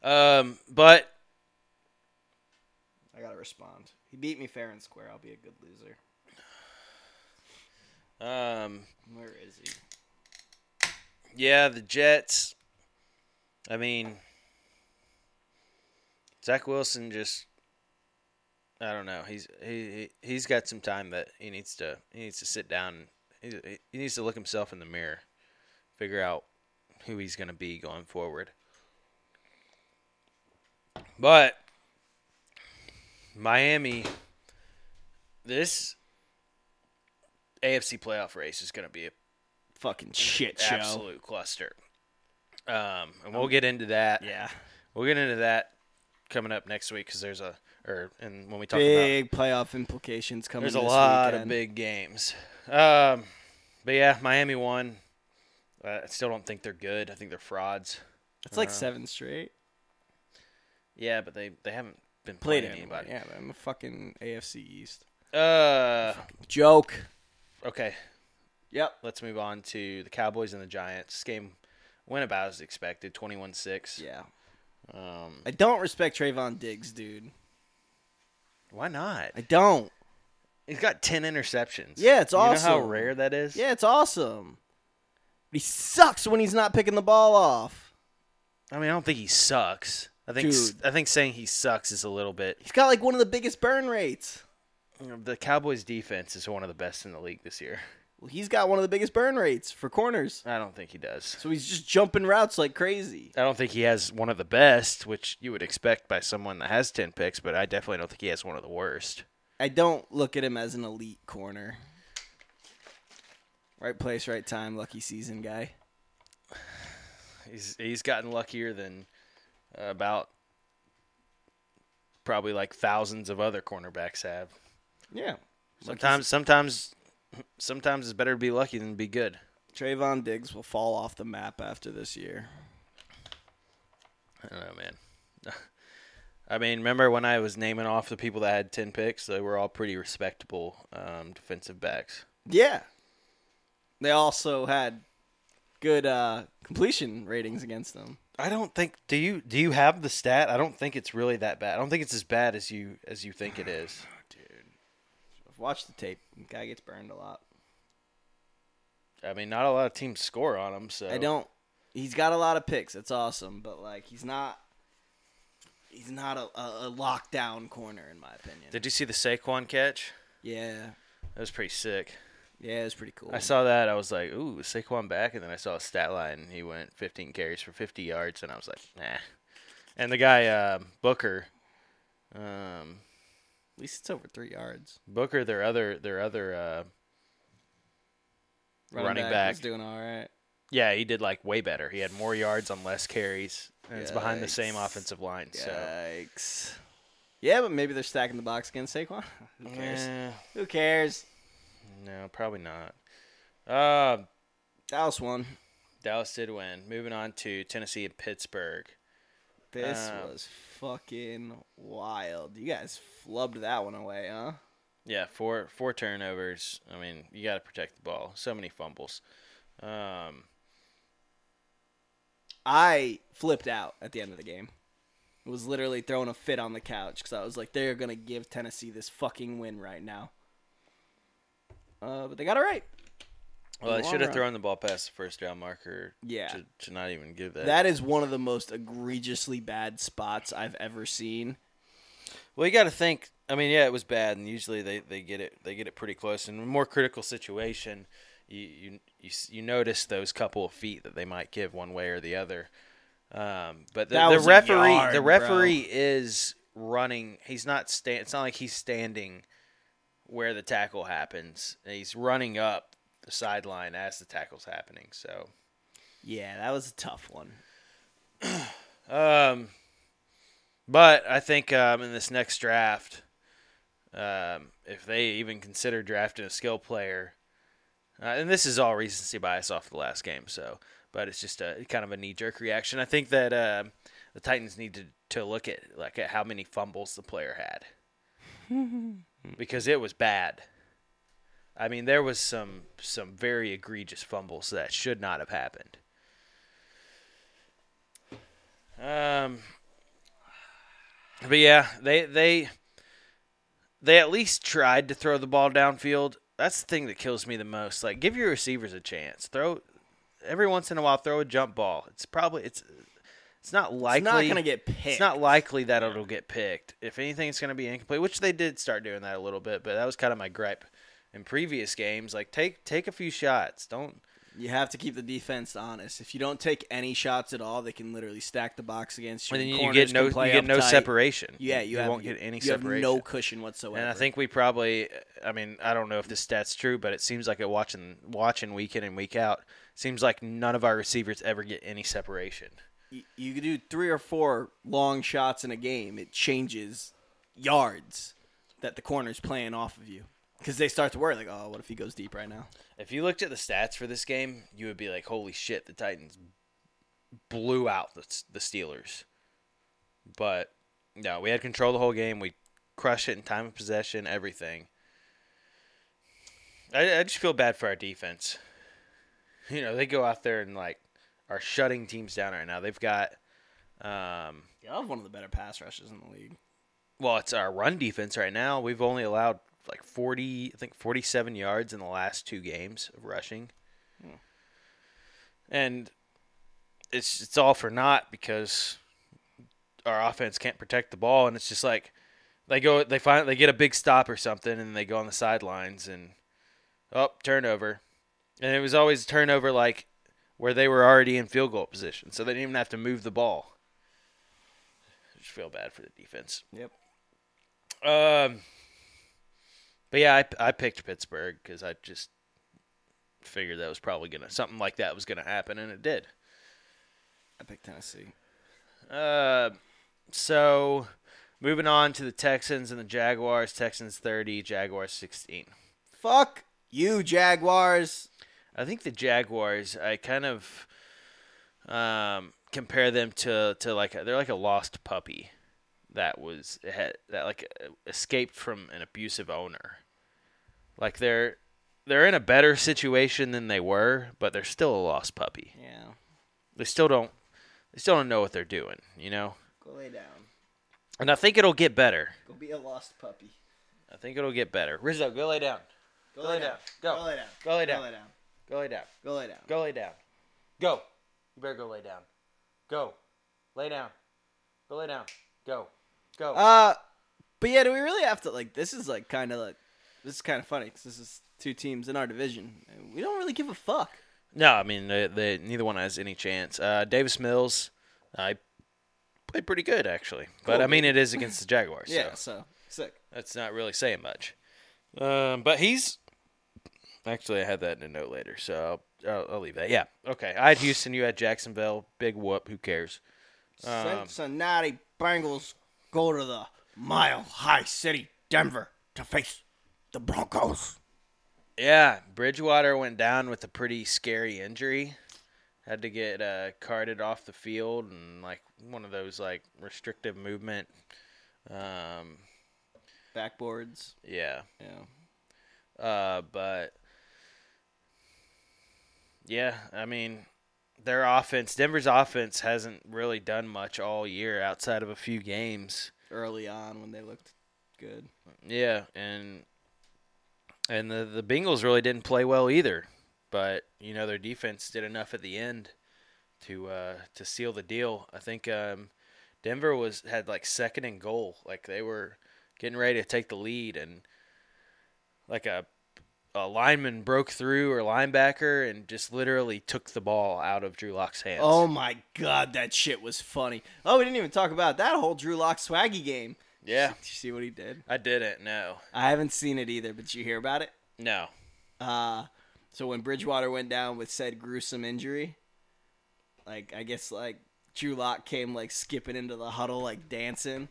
Speaker 2: Um, but
Speaker 1: I gotta respond. He beat me fair and square. I'll be a good loser.
Speaker 2: um,
Speaker 1: Where is he?
Speaker 2: yeah, the Jets. I mean, Zach Wilson just. I don't know. He's he he- he's got some time that he needs to he needs to sit down. He he needs to look himself in the mirror, figure out who he's going to be going forward. But Miami, this AFC playoff race is going to be a
Speaker 1: Fucking shit show.
Speaker 2: absolute cluster. Um, and we'll get into that.
Speaker 1: Yeah.
Speaker 2: We'll get into that coming up next week because there's a or and when we talk about
Speaker 1: Big playoff implications coming
Speaker 2: there's a
Speaker 1: this
Speaker 2: lot
Speaker 1: weekend.
Speaker 2: of big games. Um, but yeah, Miami won. Uh, I still don't think they're good. I think they're frauds.
Speaker 1: It's like seven straight.
Speaker 2: Yeah, but they they haven't been playing
Speaker 1: Played anybody.
Speaker 2: anybody.
Speaker 1: Yeah, but I'm a fucking AFC East.
Speaker 2: Uh,
Speaker 1: Joke.
Speaker 2: okay.
Speaker 1: Yep.
Speaker 2: Let's move on to the Cowboys and the Giants. This game went about as expected, 21-6.
Speaker 1: Yeah.
Speaker 2: Um,
Speaker 1: I don't respect Trayvon Diggs, dude.
Speaker 2: why not?
Speaker 1: I don't.
Speaker 2: He's got 10 interceptions.
Speaker 1: Yeah, it's
Speaker 2: you know how
Speaker 1: awesome.
Speaker 2: rare that is?
Speaker 1: Yeah, it's awesome. But he sucks when he's not picking the ball off.
Speaker 2: I mean, I don't think he sucks. I think s-
Speaker 1: Dude.
Speaker 2: I think saying he sucks is a little bit.
Speaker 1: He's got like one of the biggest burn rates.
Speaker 2: The Cowboys' defense is one of the best in the league this year.
Speaker 1: Well, he's got one of the biggest burn rates for corners.
Speaker 2: I don't think he does.
Speaker 1: So he's just jumping routes like crazy.
Speaker 2: I don't think he has one of the best, which you would expect by someone that has 10 picks, but I definitely don't think he has one of the worst.
Speaker 1: I don't look at him as an elite corner. Right place, right time, lucky season guy.
Speaker 2: He's he's gotten luckier than uh, about probably like thousands of other cornerbacks have.
Speaker 1: Yeah.
Speaker 2: Sometimes sometimes sometimes it's better to be lucky than to be good.
Speaker 1: Trayvon Diggs will fall off the map after this year.
Speaker 2: I don't know, man. I mean, remember when I was naming off the people that had ten picks? They were all pretty respectable um, defensive backs.
Speaker 1: Yeah. They also had good uh, completion ratings against them.
Speaker 2: I don't think. Do you do you have the stat? I don't think it's really that bad. I don't think it's as bad as you as you think it is.
Speaker 1: Watch the tape. Guy gets burned a lot.
Speaker 2: I mean, not a lot of teams score on him. So
Speaker 1: I don't. He's got a lot of picks. That's awesome, but like he's not. He's not a, a, a lockdown corner in my opinion.
Speaker 2: Did you see the Saquon catch?
Speaker 1: yeah,
Speaker 2: That was pretty sick.
Speaker 1: yeah, it's pretty cool.
Speaker 2: I saw that. I was like, "Ooh, Saquon back," and then I saw a stat line. He went 15 carries for 50 yards, and I was like, "Nah." And the guy um Booker, um,
Speaker 1: At least it's over three yards.
Speaker 2: Booker, their other, their other, uh, Running
Speaker 1: was
Speaker 2: back.
Speaker 1: doing all right.
Speaker 2: yeah, he did like way better. He had more yards on less carries, and it's behind the same
Speaker 1: Yikes.
Speaker 2: offensive line. So
Speaker 1: Yikes. Yeah, but maybe they're stacking the box against Saquon. Who cares?
Speaker 2: Eh,
Speaker 1: Who cares?
Speaker 2: no, probably not. Uh,
Speaker 1: Dallas won.
Speaker 2: Dallas did win. Moving on to Tennessee and Pittsburgh.
Speaker 1: This
Speaker 2: Um,
Speaker 1: was fucking wild. You guys flubbed that one away, huh?
Speaker 2: Yeah, four four turnovers. I mean, you got to protect the ball. So many fumbles. Um,
Speaker 1: I flipped out at the end of the game. Was literally throwing a fit on the couch because I was like, they're gonna give Tennessee this fucking win right now. Uh, but they got it right.
Speaker 2: well, I
Speaker 1: long
Speaker 2: should have
Speaker 1: run.
Speaker 2: thrown the ball past the first round marker.
Speaker 1: Yeah.
Speaker 2: To, to not even give that.
Speaker 1: That is one of the most egregiously bad spots I've ever seen.
Speaker 2: Well, you got to think. I mean, yeah, it was bad, and usually they, they get it they get it pretty close. In a more critical situation, you you you, s- you notice those couple of feet that they might give one way or the other. Um, but the,
Speaker 1: That
Speaker 2: the
Speaker 1: was a
Speaker 2: referee
Speaker 1: yard,
Speaker 2: the
Speaker 1: bro.
Speaker 2: referee is running. He's not stand. It's not like he's standing where the tackle happens. He's running up the sideline as the tackle's happening. So,
Speaker 1: Yeah, that was a tough one.
Speaker 2: um, but I think um, in this next draft. um, if they even consider drafting a skill player. Uh, and this is all recency bias off the last game, so but it's just a kind of a knee jerk reaction. I think that um the Titans need to, to look at like at how many fumbles the player had because it was bad. I mean, there was some some very egregious fumbles that should not have happened. Um, but yeah, they they they at least tried to throw the ball downfield. That's the thing that kills me the most. Like, give your receivers a chance. Throw every once in a while. Throw a jump ball. It's probably it's it's not likely
Speaker 1: It's not gonna get picked.
Speaker 2: It's not likely that it'll get picked. If anything, it's going to be incomplete. Which they did start doing that a little bit, but that was kind of my gripe in previous games. Like, take take a few shots. Don't
Speaker 1: You have to keep the defense honest. If you don't take any shots at all, they can literally stack the box against you.
Speaker 2: and then you
Speaker 1: Corners
Speaker 2: get no
Speaker 1: can
Speaker 2: you
Speaker 1: play
Speaker 2: get
Speaker 1: up
Speaker 2: no
Speaker 1: tight.
Speaker 2: separation.
Speaker 1: Yeah, you, have,
Speaker 2: won't get any
Speaker 1: you have
Speaker 2: separation.
Speaker 1: no cushion whatsoever.
Speaker 2: And I think we probably, I mean, I don't know if this stat's true, but it seems like it watching watching week in and week out seems like none of our receivers ever get any separation.
Speaker 1: y- you could do three or four long shots in a game, it changes yards that the corner's playing off of you because they start to worry like, oh, what if he goes deep right now?
Speaker 2: If you looked at the stats for this game, you would be like, "Holy shit, the Titans blew out the, the Steelers." But no, we had control the whole game. We crushed it in time of possession, everything. I, I just feel bad for our defense. You know, they go out there and like are shutting teams down right now. They've got um,
Speaker 1: Yeah, I have one of the better pass rushes in the league.
Speaker 2: well, it's our run defense right now. We've only allowed like 40, I think 47 yards in the last two games of rushing. And it's it's all for naught because our offense can't protect the ball and it's just like they go they find they get a big stop or something and they go on the sidelines and oh, turnover. And it was always turnover like where they were already in field goal position, so they didn't even have to move the ball. I just feel bad for the defense.
Speaker 1: Yep.
Speaker 2: Um, but yeah, I, I picked Pittsburgh because I just figured that was probably gonna something like that was gonna happen, and it did.
Speaker 1: I picked Tennessee.
Speaker 2: Uh, so moving on to the Texans and the Jaguars. Texans thirty, Jaguars sixteen.
Speaker 1: Fuck you, Jaguars.
Speaker 2: I think the Jaguars. I kind of um compare them to to like they're like a lost puppy that was had, that like escaped from an abusive owner. Like they're they're in a better situation than they were, but they're still a lost puppy.
Speaker 1: Yeah,
Speaker 2: They still don't they still don't know what they're doing, you know.
Speaker 1: go lay down.
Speaker 2: And I think it'll get better.
Speaker 1: Go be a lost puppy.
Speaker 2: I think it'll get better. Rizzo, go lay down.
Speaker 1: Go,
Speaker 2: lay down. Go.
Speaker 1: lay down.
Speaker 2: Go lay down.
Speaker 1: Go lay down.
Speaker 2: Go lay down.
Speaker 1: Go lay down.
Speaker 2: Go lay down. Go. You better go lay down. Go. Lay down. Go lay down. Go. Go.
Speaker 1: Uh, but yeah, do we really have to like? This is like kind of like this is kind of funny because this is two teams in our division. and We don't really give a fuck.
Speaker 2: no, I mean they, they, neither one has any chance. Uh, Davis Mills, I played pretty good actually, but I
Speaker 1: Cool,
Speaker 2: mean it is against the Jaguars.
Speaker 1: Yeah,
Speaker 2: so
Speaker 1: so sick.
Speaker 2: that's not really saying much. Um, but he's actually I had that in a note later, so I'll, I'll, I'll leave that. Yeah, okay. I had Houston, you had
Speaker 1: um,
Speaker 2: Jacksonville. Big whoop. Who cares?
Speaker 1: Cincinnati Bengals go to the Mile High City, Denver, to face the Broncos.
Speaker 2: Yeah, Bridgewater went down with a pretty scary injury. Had to get uh, carted off the field and like one of those like restrictive movement. Um,
Speaker 1: Backboards.
Speaker 2: yeah,
Speaker 1: Yeah.
Speaker 2: uh, but yeah, I mean, their offense, Denver's offense, hasn't really done much all year outside of a few games.
Speaker 1: Early on when they looked good.
Speaker 2: Yeah, and and the the Bengals really didn't play well either, but you know their defense did enough at the end to uh, to seal the deal. I think um, Denver was had like second and goal, like they were getting ready to take the lead, and like a a lineman broke through or linebacker and just literally took the ball out of Drew Lock's hands.
Speaker 1: Oh my god, that shit was funny. Oh, we didn't even talk about that whole Drew Lock swaggy game.
Speaker 2: Yeah.
Speaker 1: Did you see what he did?
Speaker 2: I didn't. No,
Speaker 1: I haven't seen it either, but you hear about it?
Speaker 2: no.
Speaker 1: Uh, so when Bridgewater went down with said gruesome injury, like I guess like Drew Lock came like skipping into the huddle, like dancing,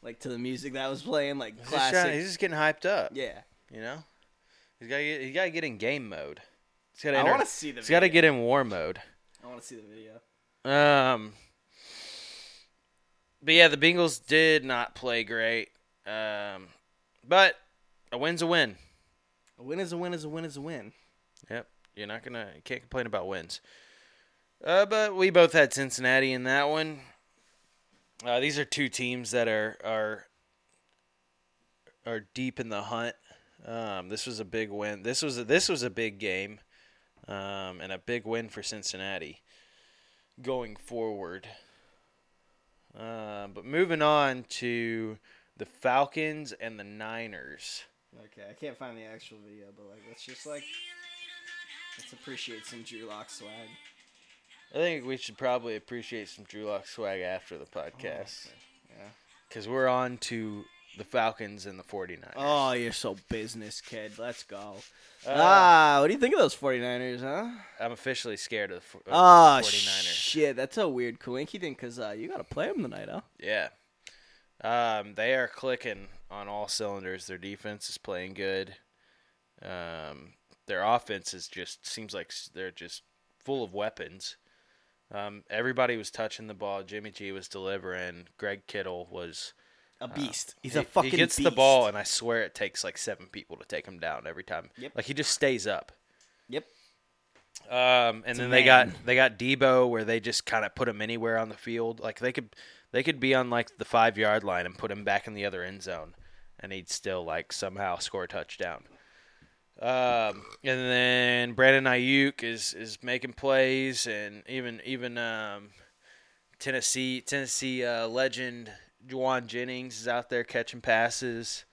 Speaker 1: like to the music that was playing, like
Speaker 2: He's just,
Speaker 1: classic.
Speaker 2: trying, he's just getting hyped up.
Speaker 1: yeah,
Speaker 2: You know, he's got he's got to get in game mode. He's got
Speaker 1: I
Speaker 2: enter-
Speaker 1: want to see the.
Speaker 2: He's got to
Speaker 1: video.
Speaker 2: get in war mode.
Speaker 1: I want to see the video.
Speaker 2: Um, but yeah, the Bengals did not play great. Um, but a win's a win.
Speaker 1: A win is a win is a win is a win.
Speaker 2: Yep, you're not gonna you can't complain about wins. Uh, but we both had Cincinnati in that one. Uh, these are two teams that are are are deep in the hunt. Um, this was a big win. This was a, this was a big game, um, and a big win for Cincinnati going forward. Uh, but moving on to the Falcons and the Niners.
Speaker 1: Okay, I can't find the actual video, but like let's just like let's appreciate some Drew Lock swag.
Speaker 2: I think we should probably appreciate some Drew Lock swag after the podcast.
Speaker 1: yeah.
Speaker 2: Because we're on to the Falcons and the 49ers.
Speaker 1: Oh, you're so business, kid. Let's go.
Speaker 2: Uh,
Speaker 1: ah, what do you think of those 49ers, huh?
Speaker 2: I'm officially scared of the fo- of the
Speaker 1: Oh,
Speaker 2: 49ers.
Speaker 1: shit. That's a weird coinky thing because uh, you got to play them tonight, huh?
Speaker 2: Yeah. Um, they are clicking on all cylinders. Their defense is playing good. Um, their offense is just seems like s- they're just full of weapons. Um, everybody was touching the ball. Jimmy G was delivering. Greg Kittle was
Speaker 1: A beast. He's
Speaker 2: Uh, he,
Speaker 1: a fucking
Speaker 2: He gets the
Speaker 1: beast.
Speaker 2: ball, and I swear it takes like seven people to take him down every time.
Speaker 1: Yep.
Speaker 2: Like he just stays up.
Speaker 1: Yep.
Speaker 2: Um, and then
Speaker 1: a
Speaker 2: they got
Speaker 1: man.
Speaker 2: they got Debo, where they just kind of put him anywhere on the field. Like they could they could be on like the five yard line and put him back in the other end zone, and he'd still like somehow score a touchdown. Um, and then Brandon Ayuk is is making plays, and even even um, Tennessee Tennessee uh, legend Juwan Jennings is out there catching passes.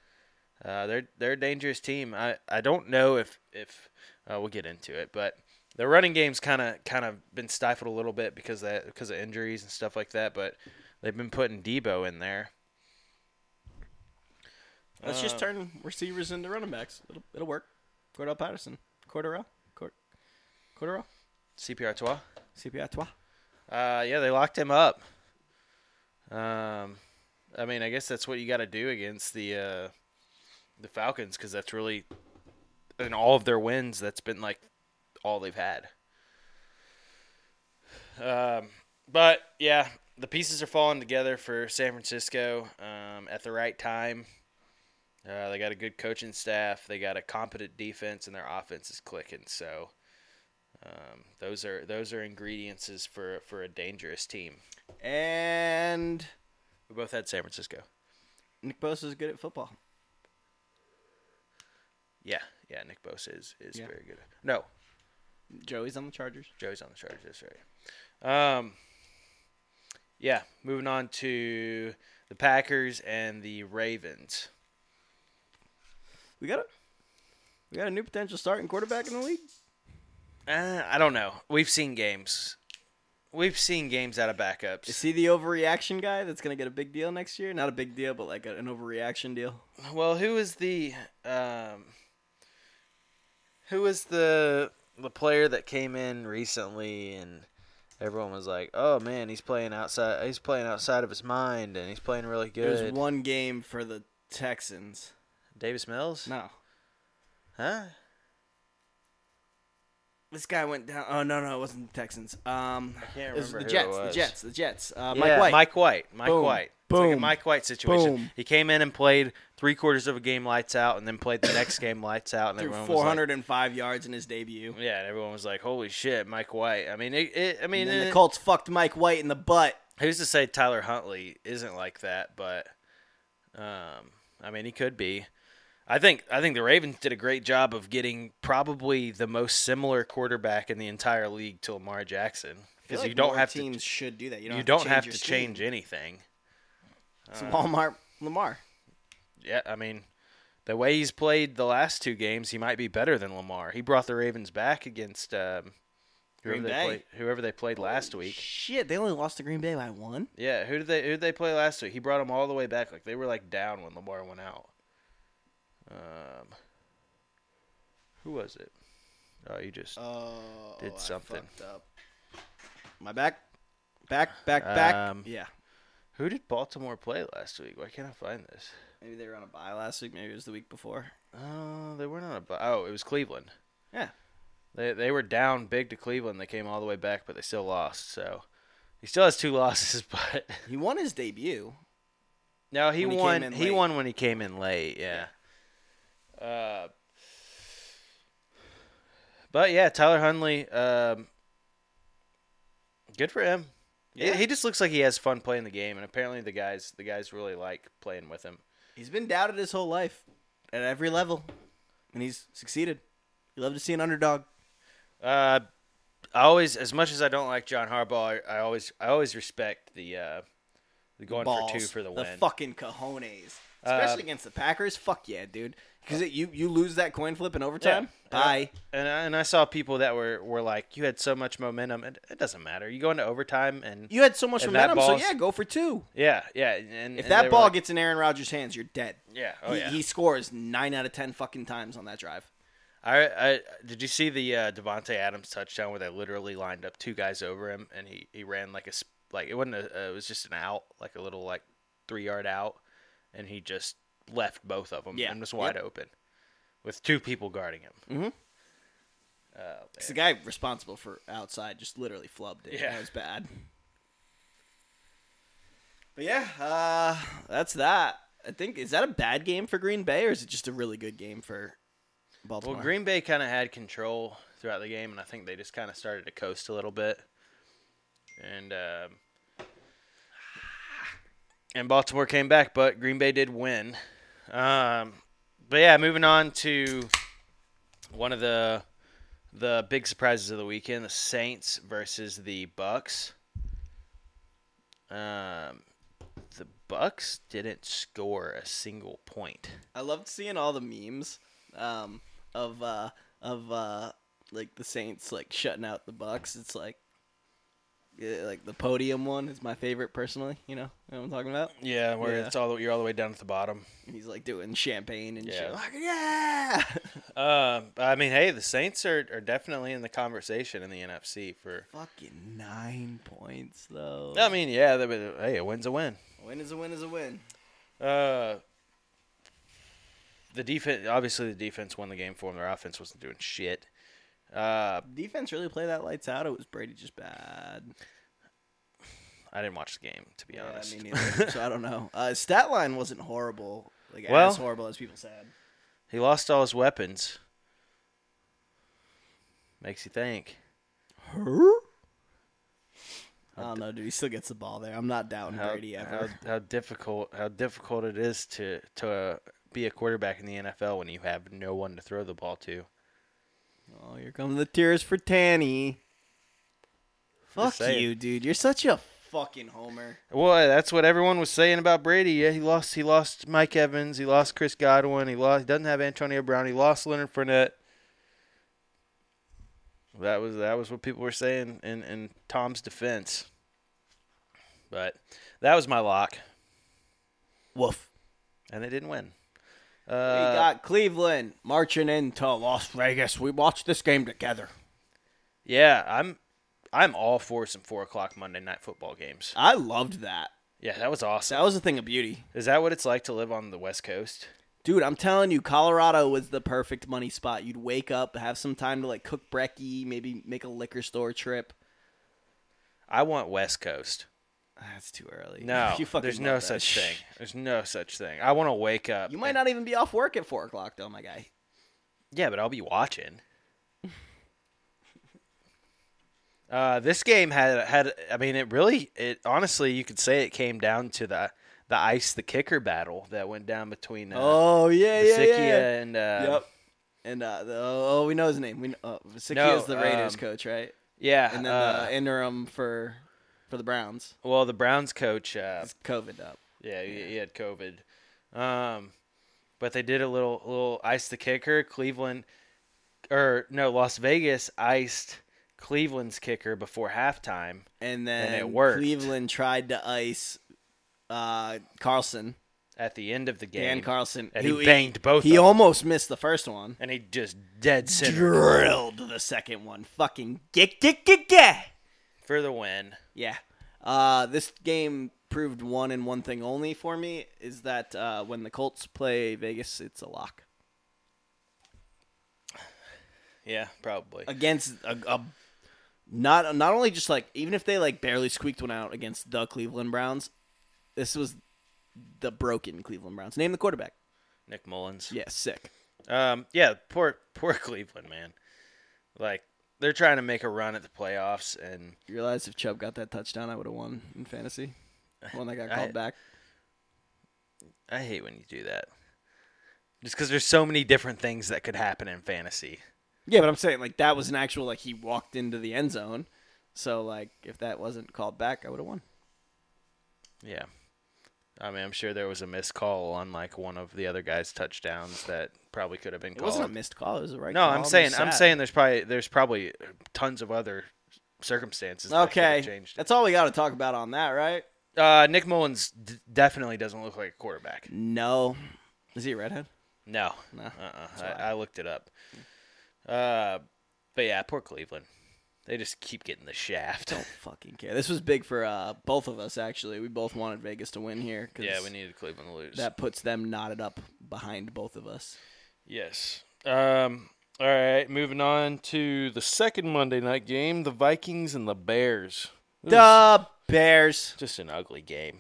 Speaker 2: Uh, they're they're a dangerous team. I, I don't know if if uh, we'll get into it, but the running game's kind of kind of been stifled a little bit because of that because of injuries and stuff like that. But they've been putting Debo in there.
Speaker 1: Let's
Speaker 2: Uh,
Speaker 1: just turn receivers into running backs. It'll, it'll work. Cordell Patterson. Cordero. Cord- Cordero.
Speaker 2: CPR Trois.
Speaker 1: CPI toi.
Speaker 2: Uh, yeah, they locked him up. Um, I mean, I guess that's what you got to do against the uh, the Falcons because that's really in all of their wins. That's been like all they've had. Um, but yeah, the pieces are falling together for San Francisco um, at the right time. Uh, they got a good coaching staff. They got a competent defense, and their offense is clicking. So. Um, those are those are ingredients is for for a dangerous team.
Speaker 1: And
Speaker 2: We both had San Francisco.
Speaker 1: Nick Bosa is good at football.
Speaker 2: Yeah, yeah. Nick Bosa is is
Speaker 1: Yeah.
Speaker 2: very good. No,
Speaker 1: Joey's on the Chargers.
Speaker 2: Joey's on the Chargers. That's right. Um, yeah. Moving on to the Packers and the Ravens.
Speaker 1: We got a we got a new potential starting quarterback in the league.
Speaker 2: Uh, I don't know. We've seen games. We've seen games out of backups.
Speaker 1: Is he the overreaction guy that's gonna get a big deal next year? Not a big deal, but like a, an overreaction deal.
Speaker 2: Well, who is the um, who is the the player that came in recently and everyone was like, "Oh man, he's playing outside. He's playing outside of his mind, and he's playing really
Speaker 1: There's
Speaker 2: good."
Speaker 1: one game for the Texans.
Speaker 2: Davis Mills,
Speaker 1: No.
Speaker 2: huh?
Speaker 1: This guy went down. Oh no, no, it wasn't the Texans. Um,
Speaker 2: I can't
Speaker 1: it was the
Speaker 2: remember who it
Speaker 1: Jets.
Speaker 2: was.
Speaker 1: The Jets. The Jets. Uh,
Speaker 2: yeah,
Speaker 1: Mike White.
Speaker 2: Mike White. Mike
Speaker 1: Boom.
Speaker 2: White. It's like a
Speaker 1: Boom.
Speaker 2: Mike White situation.
Speaker 1: Boom.
Speaker 2: He came in and played three quarters of a game lights out, and then played the next game lights out, and
Speaker 1: threw
Speaker 2: everyone
Speaker 1: 405 yards in his debut.
Speaker 2: was like, "Yeah," and everyone was like, "Holy shit, Mike White!" I mean, it. it I mean,
Speaker 1: And then the
Speaker 2: it-
Speaker 1: Colts fucked Mike White in the butt.
Speaker 2: who's to say Tyler Huntley isn't like that? But um, I mean, he could be. I think I think the Ravens did a great job of getting probably the most similar quarterback in the entire league to Lamar Jackson because you don't have
Speaker 1: teams
Speaker 2: to
Speaker 1: should do that. You
Speaker 2: you
Speaker 1: don't
Speaker 2: don't,
Speaker 1: have to change,
Speaker 2: have
Speaker 1: your
Speaker 2: to
Speaker 1: scheme.
Speaker 2: change anything.
Speaker 1: It's Walmart Lamar.
Speaker 2: Yeah, I mean, the way he's played the last two games, he might be better than Lamar. He brought the Ravens back against um, whoever
Speaker 1: Green
Speaker 2: they
Speaker 1: Bay.
Speaker 2: played, whoever they played last week.
Speaker 1: Shit, they only lost to Green Bay by one.
Speaker 2: Yeah, who did they who did they play last week? He brought them all the way back. Like they were like down when Lamar went out. Um, who was it? Oh, you just
Speaker 1: Oh,
Speaker 2: Did
Speaker 1: I
Speaker 2: something.
Speaker 1: fucked up. My back, back, back, back.
Speaker 2: Um,
Speaker 1: yeah,
Speaker 2: who did Baltimore play last week? Why can't I find this?
Speaker 1: maybe they were on a bye last week. Maybe it was the week before.
Speaker 2: Oh, they weren't on a. bu- Oh, it was Cleveland.
Speaker 1: Yeah.
Speaker 2: They they were down big to Cleveland. They came all the way back, but they still lost. So he still has two losses, but
Speaker 1: He won his debut.
Speaker 2: no, he
Speaker 1: When he came
Speaker 2: won.
Speaker 1: in
Speaker 2: He,
Speaker 1: late.
Speaker 2: won when he came in late. Yeah. Uh. But yeah, Tyler Hunley. Um. Good for him. He-
Speaker 1: Yeah.
Speaker 2: He just looks like he has fun playing the game, and apparently the guys the guys really like playing with him.
Speaker 1: He's been doubted his whole life at every level, and he's succeeded. You love to see an underdog.
Speaker 2: Uh, I always, as much as I don't like John Harbaugh, I, I always, I always respect the uh, the going
Speaker 1: Balls,
Speaker 2: for two for the win. Uh,
Speaker 1: The fucking cojones, especially against the Packers. Fuck yeah, dude. Because you you lose that coin flip in overtime.
Speaker 2: Yeah.
Speaker 1: Bye.
Speaker 2: and I, and I saw people that were were like, you had so much momentum. It, it doesn't matter. You go into overtime, and
Speaker 1: You had so much
Speaker 2: And that
Speaker 1: momentum, so
Speaker 2: ball's-
Speaker 1: yeah, go for two.
Speaker 2: yeah, yeah. And
Speaker 1: If
Speaker 2: and they
Speaker 1: that
Speaker 2: were
Speaker 1: ball
Speaker 2: like-
Speaker 1: gets in Aaron Rodgers' hands, you're dead.
Speaker 2: yeah, oh
Speaker 1: he,
Speaker 2: yeah.
Speaker 1: he scores nine out of ten fucking times on that drive.
Speaker 2: I, I did you see the uh, Devonte Adams touchdown where they literally lined up two guys over him, and he, he ran like a sp- like it wasn't a, uh, it was just an out like a little like three yard out, and he just left both of them
Speaker 1: Yeah.
Speaker 2: and was wide
Speaker 1: Yep.
Speaker 2: open with two people guarding him.
Speaker 1: It's the guy responsible for outside just literally flubbed it.
Speaker 2: Yeah.
Speaker 1: That was bad. But yeah, uh, that's that. I think is that a bad game for Green Bay or is it just a really good game for Baltimore?
Speaker 2: Well, Green Bay kind of had control throughout the game, and I think they just kind of started to coast a little bit. And um, and Baltimore came back, but Green Bay did win. Um, but yeah, moving on to one of the the big surprises of the weekend: the Saints versus the Bucks. Um, the Bucks didn't score a single point.
Speaker 1: I loved seeing all the memes um, of uh, of uh, like the Saints like shutting out the Bucks. It's like yeah, like the podium one is my favorite personally. You know what I'm talking about?
Speaker 2: Yeah, where
Speaker 1: Yeah.
Speaker 2: it's all the, you're all the way down at the bottom.
Speaker 1: And he's like doing champagne and shit.
Speaker 2: Yeah.
Speaker 1: Like, yeah.
Speaker 2: Um, I mean, hey, the Saints are, are definitely in the conversation in the NFC for.
Speaker 1: Fucking nine points though.
Speaker 2: I mean, yeah, they, but, hey, a win's a win.
Speaker 1: win is a win is a win.
Speaker 2: Uh, the defense, obviously, the defense won the game for them. Their offense wasn't doing shit. Uh,
Speaker 1: Defense really played that lights out. It was Brady just bad.
Speaker 2: I didn't watch the game to be
Speaker 1: Yeah,
Speaker 2: honest.
Speaker 1: Uh, me neither. so I don't know. Uh, stat line wasn't horrible. Like
Speaker 2: Well-
Speaker 1: as horrible as people said.
Speaker 2: he lost all his weapons. Makes you think.
Speaker 1: I don't know, dude. He still gets the ball there. I'm not doubting
Speaker 2: how,
Speaker 1: Brady ever.
Speaker 2: How, how difficult how difficult it is to to uh, be a quarterback in the NFL when you have no one to throw the ball to.
Speaker 1: Oh, here come the tears for Tanny. Fuck
Speaker 2: saying.
Speaker 1: you, dude. You're such a fucking homer.
Speaker 2: Well, that's what everyone was saying about Brady. Yeah, he lost. He lost Mike Evans. He lost Chris Godwin. He lost. He doesn't have Antonio Brown. He lost Leonard Fournette. That was that was what people were saying in in Tom's defense. But that was my lock,
Speaker 1: Woof.
Speaker 2: and they didn't win.
Speaker 1: We
Speaker 2: Uh,
Speaker 1: got Cleveland marching into Las Vegas. We watched this game together.
Speaker 2: yeah, I'm I'm all for some four o'clock Monday night football games.
Speaker 1: I loved that.
Speaker 2: Yeah, that was awesome.
Speaker 1: That was a thing of beauty.
Speaker 2: Is that what it's like to live on the West Coast?
Speaker 1: Dude, I'm telling you, Colorado was the perfect money spot. You'd wake up, have some time to like cook brekkie, maybe make a liquor store trip.
Speaker 2: I want West Coast.
Speaker 1: Ah, That's too early.
Speaker 2: No,
Speaker 1: You fucking
Speaker 2: there's
Speaker 1: love
Speaker 2: no
Speaker 1: that.
Speaker 2: such thing. There's no such thing. I want to wake up.
Speaker 1: You might
Speaker 2: and-
Speaker 1: not even be off work at four o'clock, though, my guy.
Speaker 2: Yeah, but I'll be watching. uh, this game had had. I mean, it really. It honestly, you could say it came down to the the ice, the kicker battle that went down between uh,
Speaker 1: oh yeah, yeah,
Speaker 2: Sikia
Speaker 1: yeah.
Speaker 2: and uh,
Speaker 1: yep. And uh, the, oh, we know his name. We know, uh,
Speaker 2: No,
Speaker 1: Sikia's the Raiders
Speaker 2: um,
Speaker 1: coach, right?
Speaker 2: yeah,
Speaker 1: And then
Speaker 2: uh,
Speaker 1: the interim for for the Browns.
Speaker 2: well, the Browns coach. Uh,
Speaker 1: It's COVID up.
Speaker 2: yeah, he, he had COVID. Um, but they did a little little ice the kicker. Cleveland, or no, Las Vegas iced Cleveland's kicker before halftime.
Speaker 1: And then
Speaker 2: it worked.
Speaker 1: Cleveland tried to ice uh, Carlson,
Speaker 2: at the end of the game.
Speaker 1: Dan Carlson,
Speaker 2: and he
Speaker 1: who
Speaker 2: banged both.
Speaker 1: He
Speaker 2: of them,
Speaker 1: almost missed the first one.
Speaker 2: and he just dead center
Speaker 1: Drilled the second one. Fucking get, get, get, get.
Speaker 2: for the win.
Speaker 1: Yeah. Uh, this game proved one and one thing only for me is that uh, when the Colts play Vegas, it's a lock
Speaker 2: Yeah, probably.
Speaker 1: against a, a not not only just like even if they like barely squeaked one out against the Cleveland Browns, this was the broken Cleveland Browns. Name the quarterback.
Speaker 2: Nick Mullins.
Speaker 1: Yeah, sick.
Speaker 2: Um. Yeah. Poor. Poor Cleveland, man. Like they're trying to make a run at the playoffs, and
Speaker 1: You realize if Chubb got that touchdown, I would have won in fantasy. The One that got called
Speaker 2: I-
Speaker 1: back.
Speaker 2: I hate when you do that. Just because there's so many different things that could happen in fantasy.
Speaker 1: Yeah, but I'm saying like that was an actual like he walked into the end zone. So like if that wasn't called back, I would have won.
Speaker 2: Yeah. I mean, I'm sure there was a missed call on like one of the other guys' touchdowns that probably could have been
Speaker 1: It
Speaker 2: called.
Speaker 1: wasn't a missed call. It was a right.
Speaker 2: No,
Speaker 1: call.
Speaker 2: I'm
Speaker 1: just
Speaker 2: saying I'm
Speaker 1: sad.
Speaker 2: saying there's probably there's probably tons of other circumstances. that could have
Speaker 1: Okay,
Speaker 2: changed. it.
Speaker 1: that's all we got to talk about on that, right?
Speaker 2: Uh, Nick Mullins d- definitely doesn't look like a quarterback.
Speaker 1: No, is he a redhead?
Speaker 2: No,
Speaker 1: No,
Speaker 2: Uh-uh.
Speaker 1: that's
Speaker 2: I,
Speaker 1: why.
Speaker 2: I looked it up. Uh, but yeah, poor Cleveland. They just keep getting the shaft.
Speaker 1: Don't fucking care. This was big for uh, both of us actually. We both wanted Vegas to win here. 'cause
Speaker 2: Yeah, we needed Cleveland to lose.
Speaker 1: that puts them knotted up behind both of us.
Speaker 2: Yes. Um. All right. Moving on to the second Monday night game: the Vikings and the Bears. This was
Speaker 1: The Bears.
Speaker 2: just an ugly game.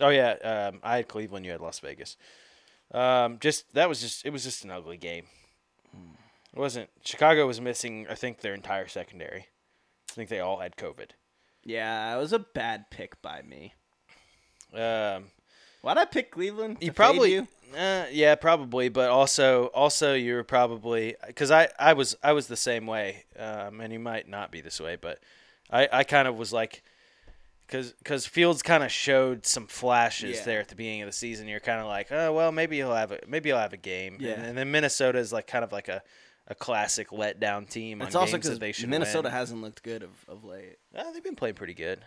Speaker 2: Oh yeah, um, I had Cleveland. You had Las Vegas. Um, just that was just it was just an ugly game. It wasn't. Chicago was missing. I think their entire secondary. I think they all had COVID.
Speaker 1: Yeah, it was a bad pick by me.
Speaker 2: Um,
Speaker 1: Why'd I pick Cleveland? to
Speaker 2: you
Speaker 1: fade
Speaker 2: probably.
Speaker 1: you?
Speaker 2: Uh, yeah, probably, but also, also you were probably because I, I was I was the same way, um, and you might not be this way, but I, I kind of was like, because Fields kind of showed some flashes
Speaker 1: Yeah.
Speaker 2: there at the beginning of the season. You're kind of like, oh well, maybe he'll have a maybe he'll have a game,
Speaker 1: Yeah.
Speaker 2: and, and then Minnesota is like kind of like a, a classic letdown team.
Speaker 1: It's
Speaker 2: on
Speaker 1: also
Speaker 2: games that
Speaker 1: because
Speaker 2: they should
Speaker 1: Minnesota
Speaker 2: win.
Speaker 1: hasn't looked good of, of late.
Speaker 2: Uh, they've been playing pretty good,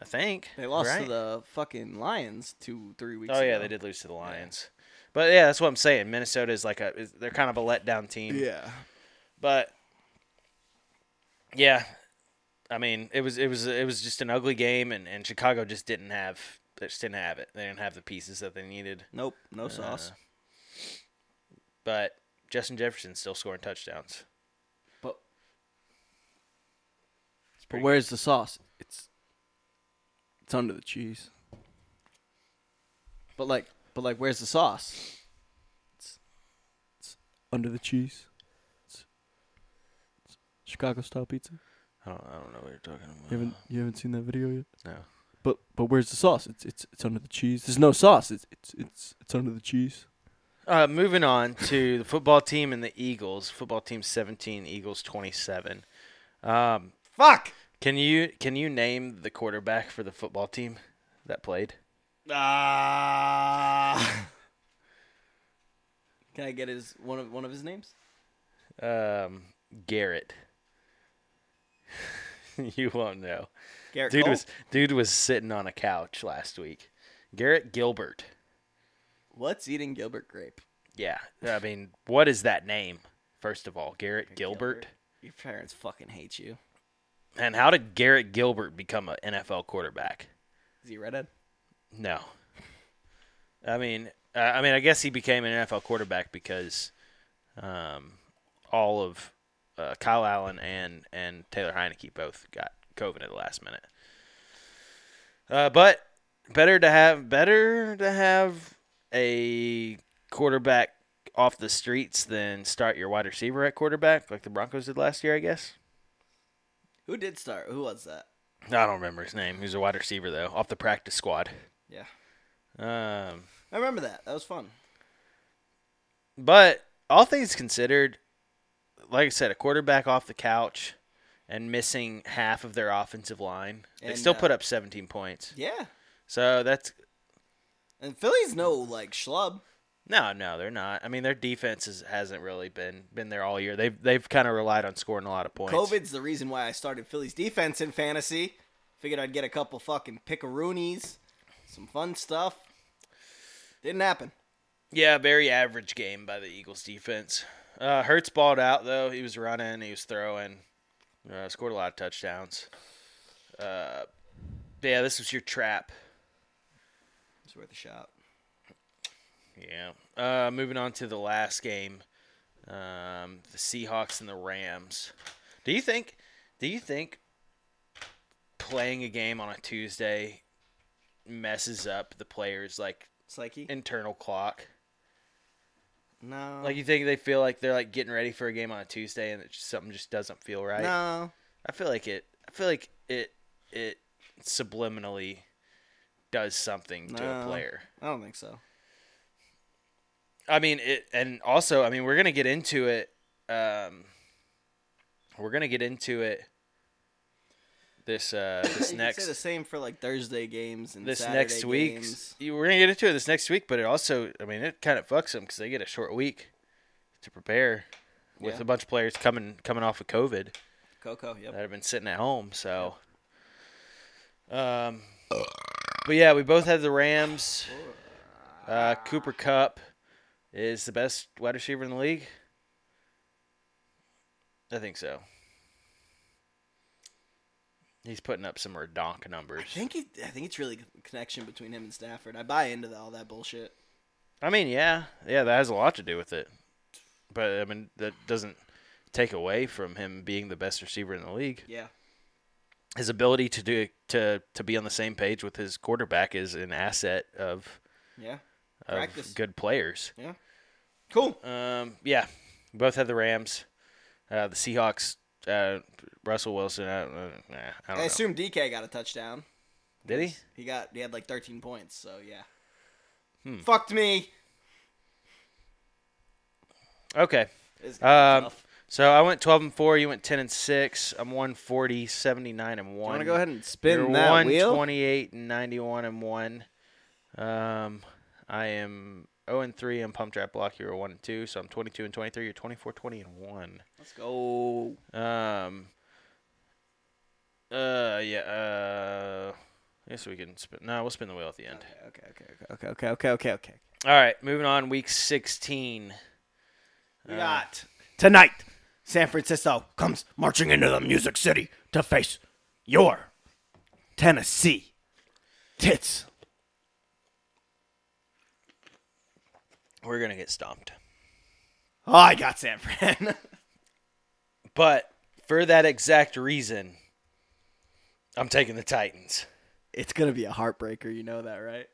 Speaker 2: I think.
Speaker 1: They lost
Speaker 2: right?
Speaker 1: to the fucking Lions two, three weeks
Speaker 2: Oh
Speaker 1: ago.
Speaker 2: yeah, they did lose to the Lions. But yeah, that's what I'm saying. Minnesota is like a is- they're kind of a letdown team.
Speaker 1: Yeah.
Speaker 2: But yeah, I mean it was it was it was just an ugly game, and, and Chicago just didn't have they just didn't have it. They didn't have the pieces that they needed.
Speaker 1: Nope. No sauce.
Speaker 2: But Justin Jefferson's still scoring touchdowns.
Speaker 1: But, but
Speaker 2: pretty
Speaker 1: where's the sauce? It's it's under the cheese. But like, but like, where's the sauce? It's, it's under the cheese. It's, it's Chicago style pizza.
Speaker 2: I don't, I don't know what you're talking about.
Speaker 3: You haven't you haven't seen that video yet?
Speaker 2: No.
Speaker 3: But but where's the sauce? It's it's it's under the cheese. There's no sauce. It's it's it's it's under the cheese.
Speaker 2: Uh, moving on to the football team and the Eagles. Football team seventeen, Eagles twenty-seven. Um,
Speaker 1: Fuck.
Speaker 2: Can you can you name the quarterback for the football team that played?
Speaker 1: Ah. Can I get his one of one of his names?
Speaker 2: Um, Garrett. you won't know.
Speaker 1: Garrett
Speaker 2: Dude
Speaker 1: Cole?
Speaker 2: was dude was sitting on a couch last week. Garrett Gilbert.
Speaker 1: What's eating Gilbert Grape?
Speaker 2: Yeah, I mean, what is that name? First of all, Garrett Gilbert.
Speaker 1: Your parents fucking hate you.
Speaker 2: And how did Garrett Gilbert become an NFL quarterback?
Speaker 1: Is he redhead?
Speaker 2: No. I mean, uh, I mean, I guess he became an NFL quarterback because um, all of uh, Kyle Allen and and Taylor Heineke both got COVID at the last minute. Uh, but better to have better to have a quarterback off the streets than start your wide receiver at quarterback like the Broncos did last year, I guess.
Speaker 1: Who did start? Who was that?
Speaker 2: I don't remember his name. He was a wide receiver though, off the practice squad.
Speaker 1: Yeah.
Speaker 2: Um,
Speaker 1: I remember that. That was fun.
Speaker 2: But all things considered, like I said, a quarterback off the couch and missing half of their offensive line, they
Speaker 1: And,
Speaker 2: still
Speaker 1: uh,
Speaker 2: put up 17 points.
Speaker 1: Yeah.
Speaker 2: So that's
Speaker 1: And Philly's no like schlub.
Speaker 2: no, no, they're not. I mean, their defense is, hasn't really been been there all year. They've they've kind of relied on scoring a lot of points.
Speaker 1: COVID's the reason why I started Philly's defense in fantasy. Figured I'd get a couple fucking pickaroonies, some fun stuff. Didn't happen.
Speaker 2: Yeah, very average game by the Eagles defense. Uh, Hertz balled out though. He was running. He was throwing. Uh, scored a lot of touchdowns. Uh, yeah, this was your trap.
Speaker 1: It's worth a shot.
Speaker 2: Yeah. Uh, moving on to the last game, um, the Seahawks and the Rams. Do you think? Do you think playing a game on a Tuesday messes up the players' like
Speaker 1: Psyche?
Speaker 2: internal clock?
Speaker 1: no.
Speaker 2: Like you think they feel like they're like getting ready for a game on a Tuesday and it just, something just doesn't feel right.
Speaker 1: no.
Speaker 2: I feel like it. I feel like it. It subliminally does something to a
Speaker 1: No.
Speaker 2: player.
Speaker 1: I don't think so.
Speaker 2: I mean, it, and also, I mean, we're gonna get into it. Um, we're gonna get into it. This uh, this
Speaker 1: You could say the
Speaker 2: next
Speaker 1: same for like Thursday games and
Speaker 2: this
Speaker 1: Saturday
Speaker 2: next week.
Speaker 1: games.
Speaker 2: You- We're gonna get into it this next week, but it also, I mean, it kind of fucks them because they get a short week to prepare with
Speaker 1: Yeah.
Speaker 2: a bunch of players coming coming off of COVID.
Speaker 1: Coco, yep.
Speaker 2: that have been sitting at home. So, um, but yeah, we both have the Rams. Uh, Cooper Cup is the best wide receiver in the league. I think so. He's putting up some redonk numbers.
Speaker 1: I think it, I think it's really a connection between him and Stafford. I buy into the, all that bullshit.
Speaker 2: I mean, yeah, yeah, that has a lot to do with it. But I mean, that doesn't take away from him being the best receiver in the league.
Speaker 1: Yeah.
Speaker 2: his ability to do to to be on the same page with his quarterback is an asset of,
Speaker 1: Yeah.
Speaker 2: of
Speaker 1: Practice.
Speaker 2: good players.
Speaker 1: Yeah. Cool.
Speaker 2: Um, yeah, we both have the Rams, uh, the Seahawks. Uh, Russell Wilson. I don't, know. Nah, I
Speaker 1: I,
Speaker 2: don't know.
Speaker 1: assume DK got a touchdown.
Speaker 2: Did he?
Speaker 1: He got he had like 13 points, so yeah.
Speaker 2: Hmm.
Speaker 1: Fucked me.
Speaker 2: Okay.
Speaker 1: It's- it's
Speaker 2: Um,
Speaker 1: tough.
Speaker 2: so I went twelve and four. You went ten and six. I'm 140, 79 and one.
Speaker 1: You want to go ahead and spin
Speaker 2: You're
Speaker 1: that wheel?
Speaker 2: 128 and 91 and one. Um, I am 0 and three in pump trap block. You're one and two, so I'm 22 and 23. You're 24, 20 and one.
Speaker 1: Let's go.
Speaker 2: Um. Uh yeah. Uh, I guess we can spin. No, we'll spin the wheel at the end.
Speaker 1: Okay, okay, okay, okay, okay, okay, okay, okay.
Speaker 2: All right, moving on. Week sixteen. Uh,
Speaker 1: We got
Speaker 4: Tonight, San Francisco comes marching into the Music City to face your Tennessee tits.
Speaker 2: We're gonna get stomped.
Speaker 4: Oh, I got San Fran.
Speaker 2: But for that exact reason, I'm taking the Titans.
Speaker 1: It's going to be a heartbreaker, you know that, right?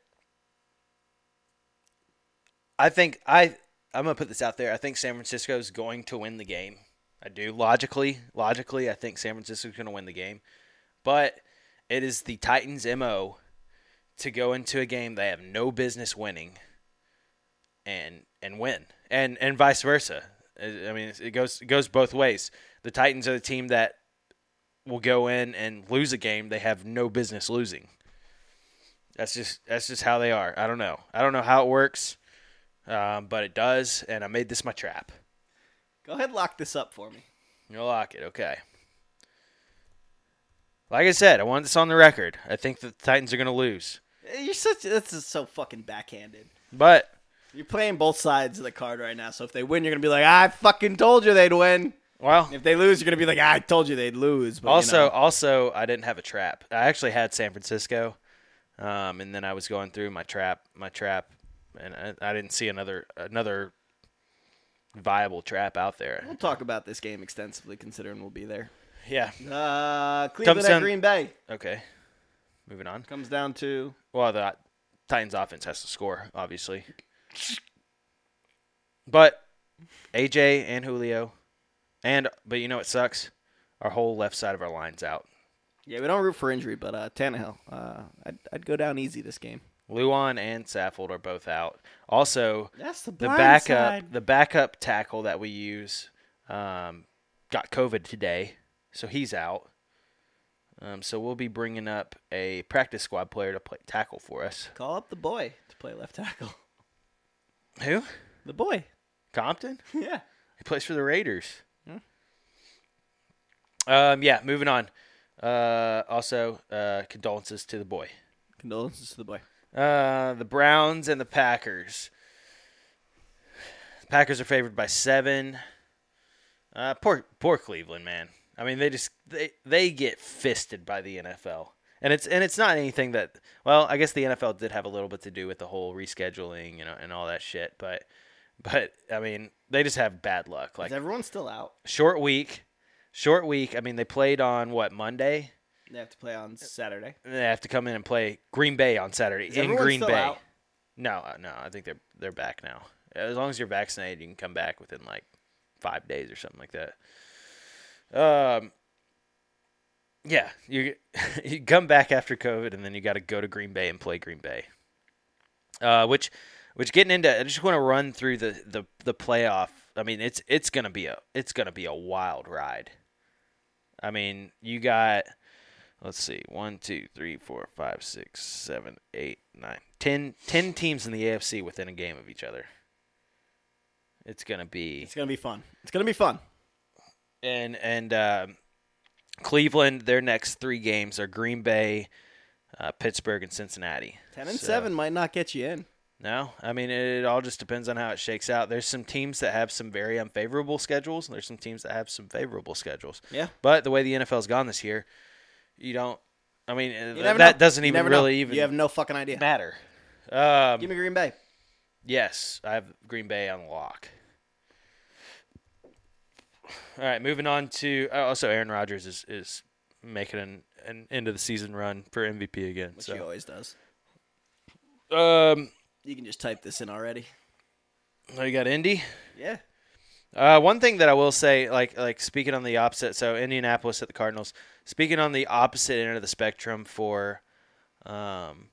Speaker 2: I think I I'm gonna put this out there. I think San Francisco is going to win the game. I do logically, logically, I think San Francisco's gonna win the game, but it is the Titans' mo to go into a game they have no business winning and and win, and and vice versa. I I mean, it goes it goes both ways. The Titans are the team that will go in and lose a game they have no business losing. That's just that's just how they are. I don't know. I don't know how it works um, but it does, and I made this my trap.
Speaker 1: Go ahead lock this up for me.
Speaker 2: You'll lock it, okay? Like I said, I want this on the record. I think that the Titans are going to lose,
Speaker 1: Eh, You're such this is so fucking backhanded.
Speaker 2: but
Speaker 1: You're playing both sides of the card right now, so if they win, you're gonna be like, I fucking told you they'd win.
Speaker 2: Well,
Speaker 1: If they lose, you're gonna be like, I told you they'd lose. But, you
Speaker 2: also,
Speaker 1: know.
Speaker 2: also, I didn't have a trap. I actually had San Francisco, um, and then I was going through my trap, my trap, and I, I didn't see another another viable trap out there.
Speaker 1: we'll talk about this game extensively, considering we'll be there.
Speaker 2: Yeah.
Speaker 1: Uh, Cleveland
Speaker 2: Comes
Speaker 1: at
Speaker 2: down-
Speaker 1: Green Bay
Speaker 2: Okay. Moving on.
Speaker 1: comes down to
Speaker 2: Well, the Titans offense has to score, obviously. But AJ and Julio, and but you know what sucks? Our whole left side of our line's out.
Speaker 1: yeah. We don't root for injury, but uh, Tannehill, uh, I'd, I'd go down easy this game.
Speaker 2: Luan and Saffold are both out. Also,
Speaker 1: That's
Speaker 2: the backup, the backup tackle that we use, um, got COVID today, so he's out. Um, so we'll be bringing up a practice squad player to play tackle for us.
Speaker 1: Call up the boy to play left tackle.
Speaker 2: Who?
Speaker 1: The boy,
Speaker 2: Compton?
Speaker 1: yeah.
Speaker 2: He plays for the Raiders. Um, yeah, moving on. Uh, also, uh, condolences to the boy.
Speaker 1: Condolences to the boy.
Speaker 2: Uh, the Browns and the Packers. Packers are favored by seven. Uh, poor, poor Cleveland, man. I mean, they just they they get fisted by the NFL, and it's and it's not anything that. Well, I guess the NFL did have a little bit to do with the whole rescheduling, you know, and all that shit. But, but I mean, they just have bad luck. Like
Speaker 1: Is everyone still out?
Speaker 2: short week, short week. I mean, they played on what Monday.
Speaker 1: They have to play on Saturday.
Speaker 2: And they have to come in and play Green Bay on Saturday in
Speaker 1: everyone
Speaker 2: Green
Speaker 1: still
Speaker 2: Bay.
Speaker 1: out?
Speaker 2: No, uh, no, I think they're they're back now. As long as you're vaccinated, you can come back within like five days or something like that. Um, yeah, you you come back after COVID, and then you got to go to Green Bay and play Green Bay. Uh, which which getting into, I just want to run through the the the playoff. I mean, it's it's gonna be a it's gonna be a wild ride. I mean, you got let's see, one, two, three, four, five, six, seven, eight, nine, ten, ten teams in the AFC within a game of each other. It's gonna be
Speaker 1: It's gonna be fun. It's gonna be fun.
Speaker 2: and and um Cleveland. Their next three games are Green Bay, uh, Pittsburgh, and Cincinnati.
Speaker 1: Ten and
Speaker 2: So-
Speaker 1: seven might not get you in.
Speaker 2: No, I mean it, it all just depends on how it shakes out. There's some teams that have some very unfavorable schedules, and there's some teams that have some favorable schedules.
Speaker 1: Yeah.
Speaker 2: But the way the NFL's gone this year, you don't. I mean, uh,
Speaker 1: You
Speaker 2: that
Speaker 1: never know.
Speaker 2: doesn't
Speaker 1: You
Speaker 2: even
Speaker 1: never know.
Speaker 2: really even
Speaker 1: You have no fucking idea.
Speaker 2: matter. Um,
Speaker 1: Give me Green Bay.
Speaker 2: Yes, I have Green Bay on lock. All right, moving on to oh, also Aaron Rodgers is is making an, an end of the season run for MVP again.
Speaker 1: Which he
Speaker 2: So,
Speaker 1: always does.
Speaker 2: um,
Speaker 1: You can just type this in already.
Speaker 2: oh, you got Indy.
Speaker 1: Yeah.
Speaker 2: Uh, one thing that I will say, like like speaking on the opposite, so Indianapolis at the Cardinals. Speaking on the opposite end of the spectrum for, um,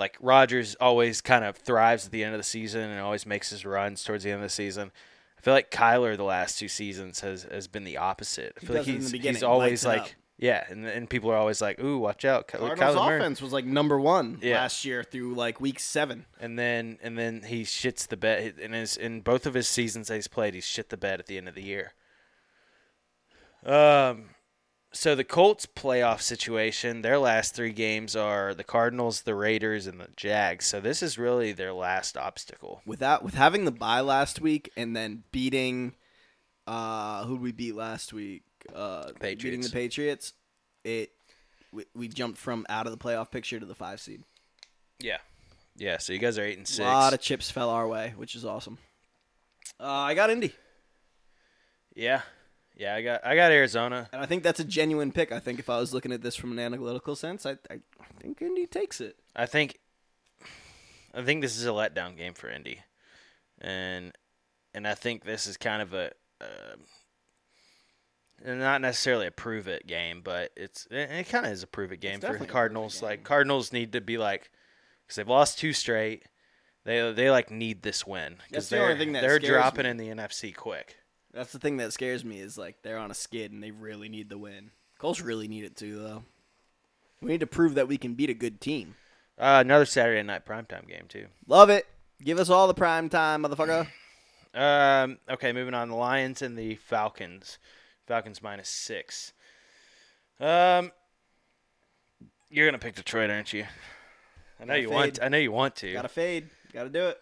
Speaker 2: like Rodgers always kind of thrives at the end of the season and always makes his runs towards the end of the season. I feel like Kyler the last two seasons has has been the opposite. I feel
Speaker 1: does it
Speaker 2: like
Speaker 1: in the
Speaker 2: he's
Speaker 1: beginning,
Speaker 2: he's
Speaker 1: lights
Speaker 2: always
Speaker 1: it
Speaker 2: like
Speaker 1: up.
Speaker 2: yeah, and and people are always like ooh watch out Ky-
Speaker 1: Cardinals
Speaker 2: Kyler Murray.
Speaker 1: offense was like number one
Speaker 2: Yeah.
Speaker 1: last year through like week seven.
Speaker 2: and then and then he shits the bed in his in both of his seasons that he's played he's shit the bed at the end of the year um so the colts playoff situation their last three games are the cardinals the raiders and the jags so this is really their last obstacle
Speaker 1: Without with having the bye last week and then beating uh who'd we beat last week? Uh beating
Speaker 2: Patriots.
Speaker 1: the Patriots, it we, we jumped from out of the playoff picture to the five seed.
Speaker 2: yeah yeah so you guys are eight and six
Speaker 1: A lot of chips fell our way, which is awesome. Uh, I got Indy,
Speaker 2: yeah yeah i got i got arizona
Speaker 1: and I think that's a genuine pick. I think if I was looking at this from an analytical sense, I, I, I think Indy takes it.
Speaker 2: I think I think this is a letdown game for Indy, and and I think this is kind of a um, and not necessarily a prove it game, but it's it, it kind of is a prove it game for
Speaker 1: definitely
Speaker 2: the
Speaker 1: a prove it
Speaker 2: Cardinals.
Speaker 1: game.
Speaker 2: Like Cardinals need to be like because they've lost two straight. They they like need this win
Speaker 1: That's
Speaker 2: because
Speaker 1: the
Speaker 2: they're
Speaker 1: only thing that
Speaker 2: they're
Speaker 1: scares
Speaker 2: dropping
Speaker 1: me.
Speaker 2: in the NFC quick.
Speaker 1: That's the thing that scares me is like they're on a skid and they really need the win. Colts really need it too, though. We need to prove that we can beat a good team.
Speaker 2: Uh, another Saturday night primetime game too.
Speaker 1: Love it. Give us all the prime time, motherfucker.
Speaker 2: Um. Okay, moving on. The Lions and the Falcons. Falcons minus six. Um. You're gonna pick Detroit, aren't you? I know
Speaker 1: Gotta
Speaker 2: you want.
Speaker 1: fade.
Speaker 2: I know you want to.
Speaker 1: Gotta fade. Gotta do it.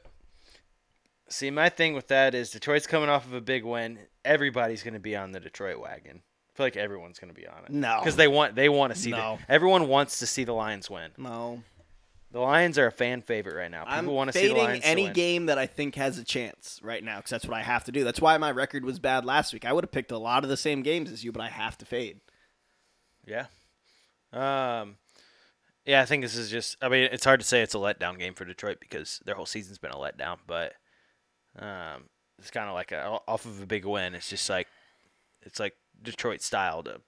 Speaker 2: See, my thing with that is Detroit's coming off of a big win. Everybody's going to be on the Detroit wagon. I feel like everyone's going to be on it.
Speaker 1: No.
Speaker 2: because they want they want to see
Speaker 1: No.
Speaker 2: the, everyone wants to see the Lions win.
Speaker 1: No,
Speaker 2: The Lions are a fan favorite right now.
Speaker 1: I'm
Speaker 2: People want to see the
Speaker 1: fading
Speaker 2: Lions to
Speaker 1: any
Speaker 2: win.
Speaker 1: game that I think has a chance right now because that's what I have to do. That's why my record was bad last week. I would have picked a lot of the same games as you, but I have to fade.
Speaker 2: Yeah. Um, yeah, I think this is just. I mean, it's hard to say it's a letdown game for Detroit because their whole season's been a letdown. But um, it's kind of like a, off of a big win. It's just like it's like Detroit style to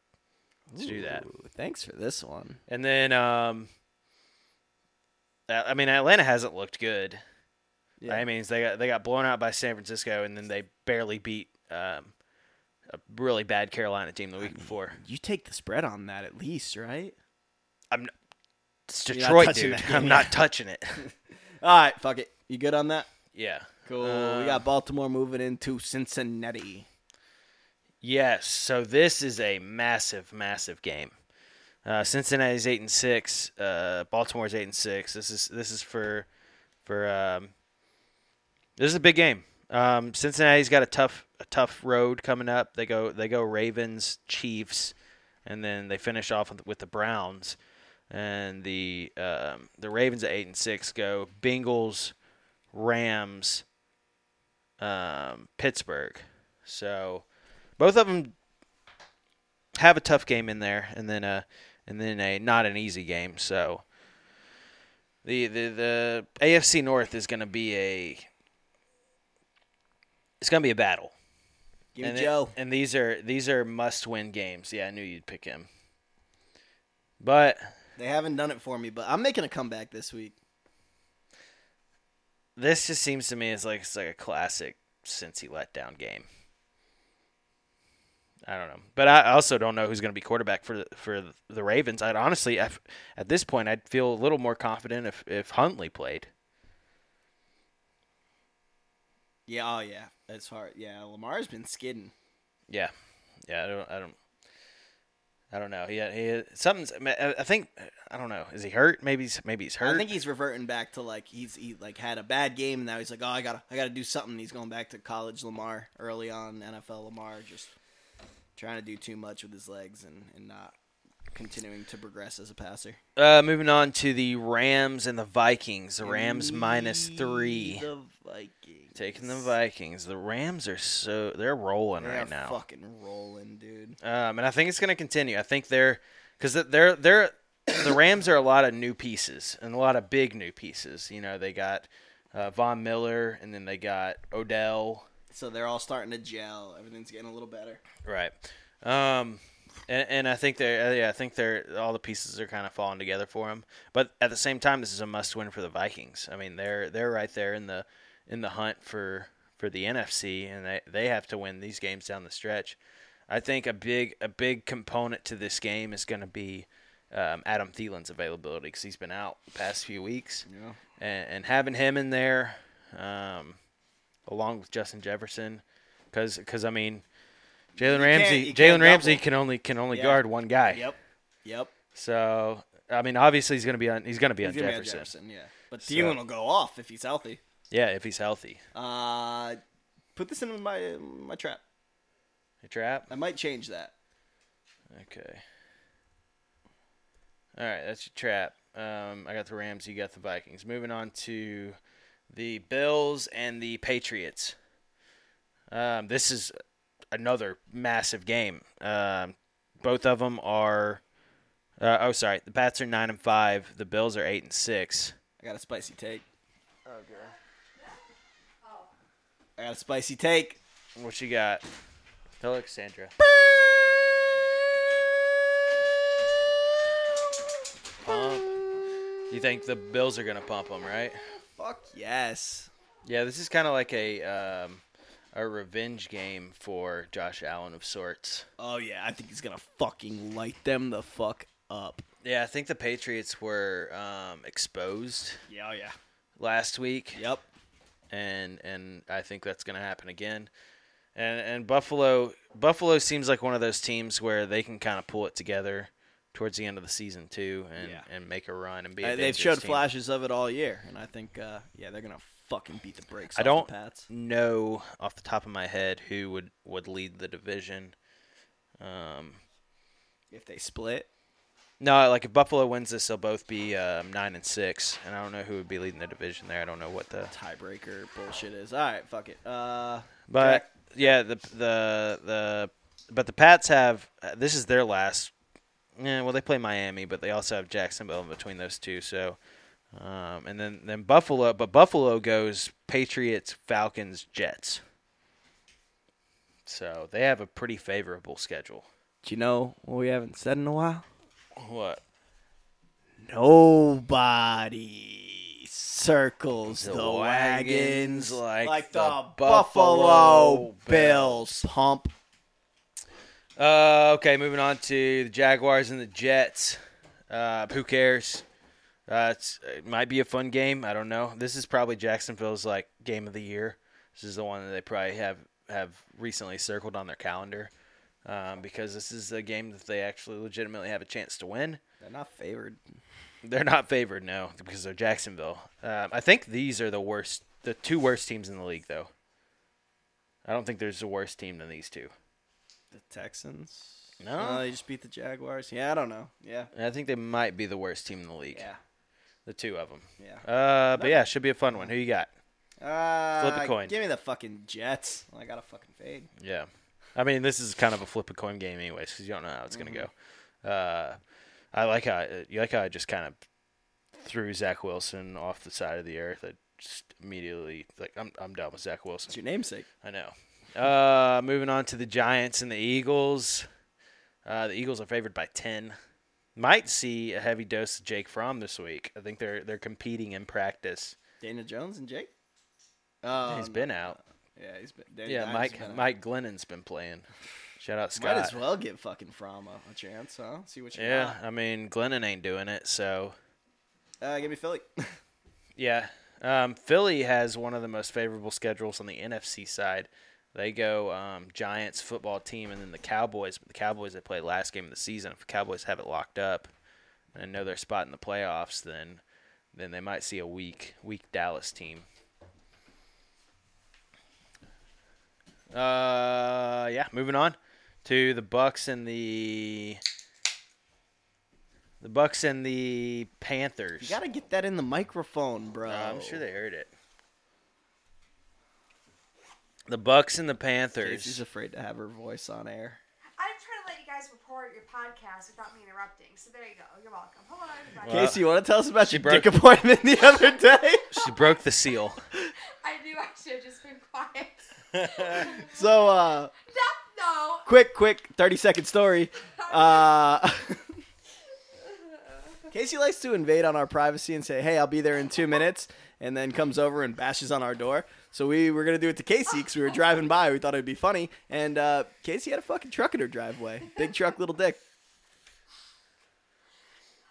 Speaker 2: to do that.
Speaker 1: Ooh, thanks for this one.
Speaker 2: And then um, I I mean, Atlanta hasn't looked good.
Speaker 1: Yeah.
Speaker 2: I mean, they got they got blown out by San Francisco, and then they barely beat um, a really bad Carolina team the week before.
Speaker 1: You take the spread on that at least, right?
Speaker 2: I'm it's
Speaker 1: You're not
Speaker 2: Detroit,
Speaker 1: touching
Speaker 2: dude.
Speaker 1: that.
Speaker 2: I'm not touching it.
Speaker 1: All right, fuck it. You good on that?
Speaker 2: yeah.
Speaker 1: Cool.
Speaker 2: Uh,
Speaker 1: we got Baltimore moving into Cincinnati.
Speaker 2: Yes. So this is a massive, massive game. Uh, Cincinnati's eight and six. Uh, Baltimore's eight and six. This is this is for for um, this is a big game. Um, Cincinnati's got a tough a tough road coming up. They go they go Ravens, Chiefs, and then they finish off with, with the Browns. And the um, the Ravens at eight and six go Bengals, Rams, um, Pittsburgh. So both of them have a tough game in there, and then a and then a not an easy game. So the the the AFC North is going to be a it's going to be a battle.
Speaker 1: Give me
Speaker 2: and it-
Speaker 1: Joe.
Speaker 2: and these are these are must win games. Yeah, I knew you'd pick him. But
Speaker 1: They haven't done it for me, but I'm making a comeback this week.
Speaker 2: this just seems to me as like it's like a classic Cincy letdown game. I don't know, but I also don't know who's going to be quarterback for the, for the Ravens. I'd honestly, i at this point, I'd feel a little more confident if if Huntley played.
Speaker 1: Yeah, oh yeah. That's hard. Yeah, Lamar's been skidding.
Speaker 2: Yeah, yeah. I don't. I don't. I don't know. Yeah, he, he something's. I I think. I don't know. Is he hurt? Maybe. He's, maybe he's hurt.
Speaker 1: I think he's reverting back to like he's he like had a bad game and now he's like, Oh, I gotta I gotta do something. He's going back to college Lamar early on, NFL Lamar, just trying to do too much with his legs and, and not continuing to progress as a passer.
Speaker 2: Uh, moving on to the Rams and the Vikings. The Rams minus three.
Speaker 1: The Vikings.
Speaker 2: Taking the Vikings. The Rams are so they're rolling
Speaker 1: They're
Speaker 2: right now.
Speaker 1: fucking rolling, dude.
Speaker 2: Um, and I think it's going to continue. I think they're because they're they're the Rams are a lot of new pieces and a lot of big new pieces. You know, they got uh, Von Miller and then they got Odell.
Speaker 1: So they're all starting to gel. Everything's getting a little better.
Speaker 2: Right. Um, and, and I think they're uh, yeah I think they're all the pieces are kind of falling together for them. But at the same time, this is a must win for the Vikings. I mean, they're they're right there in the in the hunt for for the NFC, and they they have to win these games down the stretch. I think a big a big component to this game is going to be um, Adam Thielen's availability because he's been out the past few weeks,
Speaker 1: Yeah.
Speaker 2: and, and having him in there, um, along with Justin Jefferson, because I mean, Jalen Ramsey
Speaker 1: you
Speaker 2: Jalen
Speaker 1: can't
Speaker 2: Ramsey
Speaker 1: double.
Speaker 2: can only can only
Speaker 1: Yeah.
Speaker 2: guard one guy.
Speaker 1: Yep. Yep.
Speaker 2: So I mean, obviously he's gonna be on he's gonna be, on,
Speaker 1: He's gonna be on
Speaker 2: Jefferson.
Speaker 1: yeah. But Thielen will go off if he's healthy.
Speaker 2: Yeah, if he's healthy.
Speaker 1: Uh, put this in my my trap.
Speaker 2: A trap.
Speaker 1: I might change that.
Speaker 2: Okay. All right, that's your trap. Um, I got the Rams. You got the Vikings. Moving on to the Bills and the Patriots. Um, this is another massive game. Um, both of them are. Uh, oh, sorry. The Pats are nine and five. The Bills are eight and six.
Speaker 1: I got a spicy take. Oh, Okay. I got a spicy take.
Speaker 2: What you got? Tell Alexandra. Pump. You think the Bills are gonna pump them, right?
Speaker 1: Fuck yes.
Speaker 2: Yeah, this is kind of like a um, a revenge game for Josh Allen of sorts.
Speaker 1: Oh yeah, I think he's gonna fucking light them the fuck up.
Speaker 2: Yeah, I think the Patriots were um, exposed
Speaker 1: Yeah, oh yeah.
Speaker 2: last week,
Speaker 1: Yep.
Speaker 2: and and I think that's gonna happen again. And and Buffalo Buffalo seems like one of those teams where they can kind of pull it together towards the end of the season too, and
Speaker 1: Yeah.
Speaker 2: and make a run and be. A
Speaker 1: Uh, they've
Speaker 2: dangerous
Speaker 1: showed
Speaker 2: team.
Speaker 1: flashes of it all year, and I think uh, yeah, they're gonna fucking beat the brakes.
Speaker 2: I
Speaker 1: off
Speaker 2: don't
Speaker 1: The Pats.
Speaker 2: know off the top of my head who would would lead the division. Um,
Speaker 1: If they split,
Speaker 2: no, like if Buffalo wins this, they'll both be um, nine and six, and I don't know who would be leading the division there. I don't know what the
Speaker 1: tiebreaker bullshit is. All right, fuck it. Uh,
Speaker 2: but yeah the the the but the Pats have uh, this is their last. Yeah, well they play Miami, but they also have Jacksonville in between those two. So, um, and then then Buffalo, but Buffalo goes Patriots, Falcons, Jets. So they have a pretty favorable schedule.
Speaker 1: do you know what we haven't said in a while?
Speaker 2: What?
Speaker 1: Nobody circles the, wagons, like, the, Buffalo, Bills. Pump.
Speaker 2: Uh, okay, moving on to the Jaguars and the Jets. Uh, who cares? Uh, it's, it might be a fun game. I don't know. This is probably Jacksonville's like game of the year. This is the one that they probably have have recently circled on their calendar um, because this is a game that they actually legitimately have a chance to win.
Speaker 1: They're not favored.
Speaker 2: They're not favored, no, because they're Jacksonville. Um, I think these are the worst, the two worst teams in the league, though. I don't think there's a worse team than these two.
Speaker 1: The Texans. Oh,
Speaker 2: No?
Speaker 1: they just beat the Jaguars. Yeah, I don't know. Yeah.
Speaker 2: And I think they might be the worst team in the league.
Speaker 1: Yeah.
Speaker 2: The two of them.
Speaker 1: Yeah.
Speaker 2: Uh, but yeah, should be a fun one. Who you got?
Speaker 1: Uh,
Speaker 2: Flip a coin.
Speaker 1: Give me the fucking Jets. I got a fucking fade.
Speaker 2: Yeah. I mean, this is kind of a flip a coin game, anyways, because you don't know how it's gonna go. Uh, I like how you like how I just kind of threw Zach Wilson off the side of the earth. I just immediately like I'm I'm done with Zach Wilson.
Speaker 1: It's your namesake.
Speaker 2: I know. Uh, moving on to the Giants and the Eagles. Uh, the Eagles are favored by ten. Might see a heavy dose of Jake Fromm this week. I think they're they're competing in practice.
Speaker 1: Dana Jones and Jake. Um,
Speaker 2: He's been out.
Speaker 1: Yeah, he's been. Danny
Speaker 2: Yeah,
Speaker 1: Dimes
Speaker 2: Mike
Speaker 1: been out.
Speaker 2: Mike Glennon's been playing. Shout out
Speaker 1: Might
Speaker 2: Scott.
Speaker 1: as well give fucking Fromm a, a chance, huh? See what you
Speaker 2: Yeah, I mean Glennon ain't doing it, so
Speaker 1: got. Uh, give me Philly.
Speaker 2: yeah. Um, Philly has one of the most favorable schedules on the NFC side. They go um, Giants football team and then the Cowboys. But the Cowboys they play last game of the season. If the Cowboys have it locked up and know their spot in the playoffs, then then they might see a weak weak Dallas team. Uh, yeah. Moving on to the Bucks and the the Bucks and the Panthers.
Speaker 1: you gotta get that in the microphone, bro.
Speaker 2: Uh, I'm sure they heard it. The Bucks and the Panthers.
Speaker 1: Casey's afraid to have her voice on air.
Speaker 5: I'm trying to let you guys report your podcast without me interrupting. So there you go. You're welcome. Hello, everybody.
Speaker 2: Well-
Speaker 1: Casey, you want to tell us about your
Speaker 2: Uh, broke-
Speaker 1: dick appointment the other day?
Speaker 2: she broke the seal.
Speaker 5: I knew I should have just been quiet.
Speaker 1: so, uh,
Speaker 5: No, no.
Speaker 1: quick, quick, thirty second story. Uh, Casey likes to invade on our privacy and say, "Hey, I'll be there in two minutes," and then comes over and bashes on our door. So we were gonna do it to Casey because we were driving by. We thought it'd be funny, and uh, Casey had a fucking truck in her driveway. Big truck, little dick.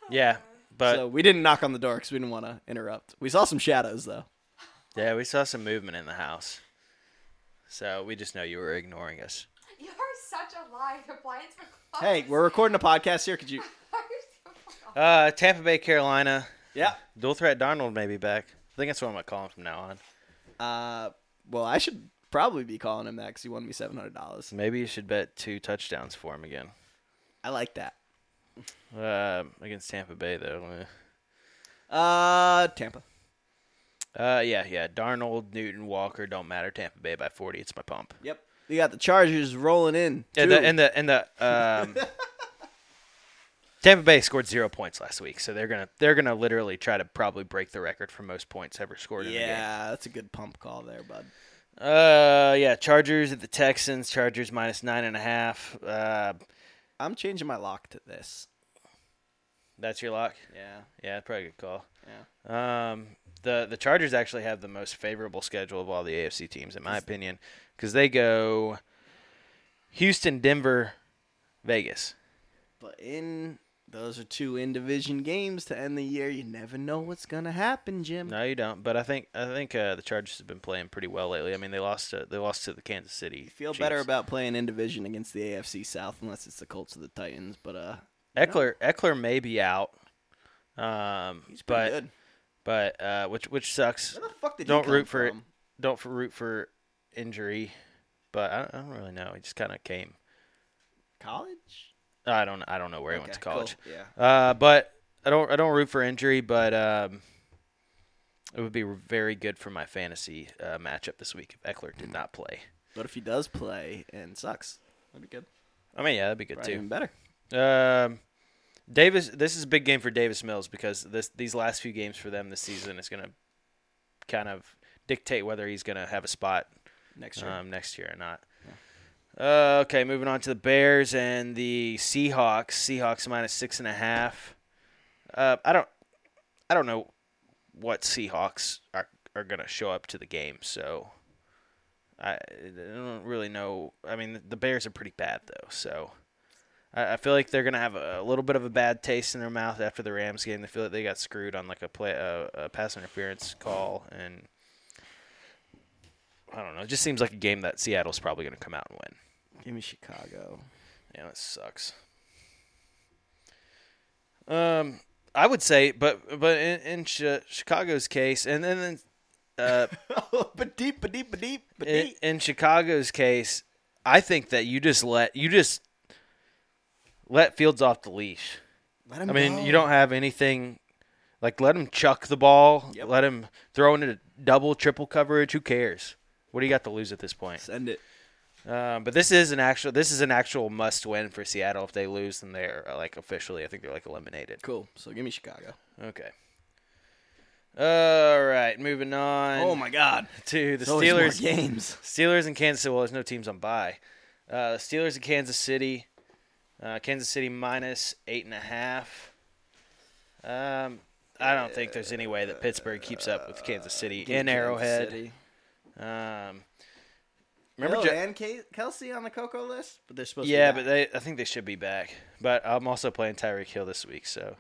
Speaker 2: Yeah, but
Speaker 1: so we didn't knock on the door because we didn't want to interrupt. We saw some shadows though.
Speaker 2: yeah, we saw some movement in the house. So we just know you were ignoring us.
Speaker 5: You are such a lie. The blinds were closed.
Speaker 1: Hey, we're recording a podcast here. Could you?
Speaker 2: Uh, Tampa Bay, Carolina.
Speaker 1: Yeah.
Speaker 2: Dual threat Darnold may be back. I think that's what I'm gonna call him from now on.
Speaker 1: Uh, well, I should probably be calling him that because he won me seven hundred dollars.
Speaker 2: Maybe you should bet two touchdowns for him again.
Speaker 1: I like that.
Speaker 2: Uh, against Tampa Bay though. eh.
Speaker 1: Uh, Tampa.
Speaker 2: Uh, yeah, yeah. Darnold, Newton, Walker don't matter. Tampa Bay by 40. It's my pump.
Speaker 1: Yep. You got the Chargers rolling in.
Speaker 2: And the
Speaker 1: too.
Speaker 2: and the and the um, Tampa Bay scored zero points last week, so they're gonna they're gonna literally try to probably break the record for most points ever scored in
Speaker 1: yeah, that's a good pump call there, bud.
Speaker 2: the game. Uh, yeah, Chargers at the Texans. Chargers minus nine and a half. Uh,
Speaker 1: I'm changing my lock to this.
Speaker 2: that's your lock.
Speaker 1: Yeah.
Speaker 2: Yeah, probably a good call.
Speaker 1: Yeah.
Speaker 2: Um, the the Chargers actually have the most favorable schedule of all the AFC teams, in my opinion, because they go Houston, Denver, Vegas.
Speaker 1: But in those are two in division games to end the year. You never know what's gonna happen, Jim.
Speaker 2: No, you don't. But I think I think uh, the Chargers have been playing pretty well lately. I mean, they lost to, they lost to the Kansas City.
Speaker 1: You feel
Speaker 2: Chiefs.
Speaker 1: better about playing in division against the AFC South unless it's the Colts or the Titans, but uh
Speaker 2: Eckler. Eckler may be out. Um,
Speaker 1: he's pretty
Speaker 2: but
Speaker 1: good.
Speaker 2: But uh, which which sucks.
Speaker 1: Where the fuck did he
Speaker 2: don't
Speaker 1: come
Speaker 2: root for
Speaker 1: from?
Speaker 2: don't for root for injury, but I don't, I don't really know. He just kind of came.
Speaker 1: College?
Speaker 2: I don't I don't know where he went to
Speaker 1: Okay, cool.
Speaker 2: college.
Speaker 1: Yeah.
Speaker 2: Uh, but I don't I don't root for injury, but um, it would be very good for my fantasy uh, matchup this week if Eckler did not play.
Speaker 1: What if he does play and sucks? That'd be good.
Speaker 2: I mean, yeah, that'd be good
Speaker 1: Probably
Speaker 2: too.
Speaker 1: even better.
Speaker 2: Um, Davis, this is a big game for Davis Mills because this these last few games for them this season is going to kind of dictate whether he's going to have a spot
Speaker 1: Next year.
Speaker 2: um, next year or not. Uh, okay, moving on to the Bears and the Seahawks. Seahawks minus six and a half. Uh, I don't, I don't know what Seahawks are are gonna show up to the game, so I, I don't really know. I mean, the Bears are pretty bad though, so I, I feel like they're gonna have a, a little bit of a bad taste in their mouth after the Rams game. They feel like they got screwed on like a play, a, a pass interference call, and I don't know. It just seems like a game that Seattle's probably gonna come out and win.
Speaker 1: Give me Chicago.
Speaker 2: Yeah, that sucks. Um, I would say, but but in, in Chi- Chicago's case, and then then, uh,
Speaker 1: but deep, but deep, but deep, but
Speaker 2: in, in Chicago's case, I think that you just let you just let Fields off the leash.
Speaker 1: Let him
Speaker 2: I mean, you don't have anything like let him chuck the ball,
Speaker 1: Yep.
Speaker 2: let him throw into double, triple coverage. Who cares? What do you got to lose at this point?
Speaker 1: send it.
Speaker 2: Um, but this is an actual this is an actual must win for Seattle. If they lose, then they're uh, like officially, I think they're like eliminated.
Speaker 1: Cool. So give me Chicago.
Speaker 2: Okay. All right, moving on
Speaker 1: Oh my God.
Speaker 2: to the
Speaker 1: So it's more
Speaker 2: Steelers.
Speaker 1: games.
Speaker 2: Steelers and Kansas City. Well, there's no teams on bye. Uh, Steelers and Kansas City. Uh, Kansas City minus eight and a half. Um, I don't think there's any way that Pittsburgh keeps up with Kansas City in Arrowhead. Um, remember,
Speaker 1: Remember
Speaker 2: Ja-
Speaker 1: and Ke- Kelsey on the Coco list, but they're supposed to.
Speaker 2: yeah,
Speaker 1: be
Speaker 2: but they I think they should be back. But I'm also playing Tyreek Hill this week, so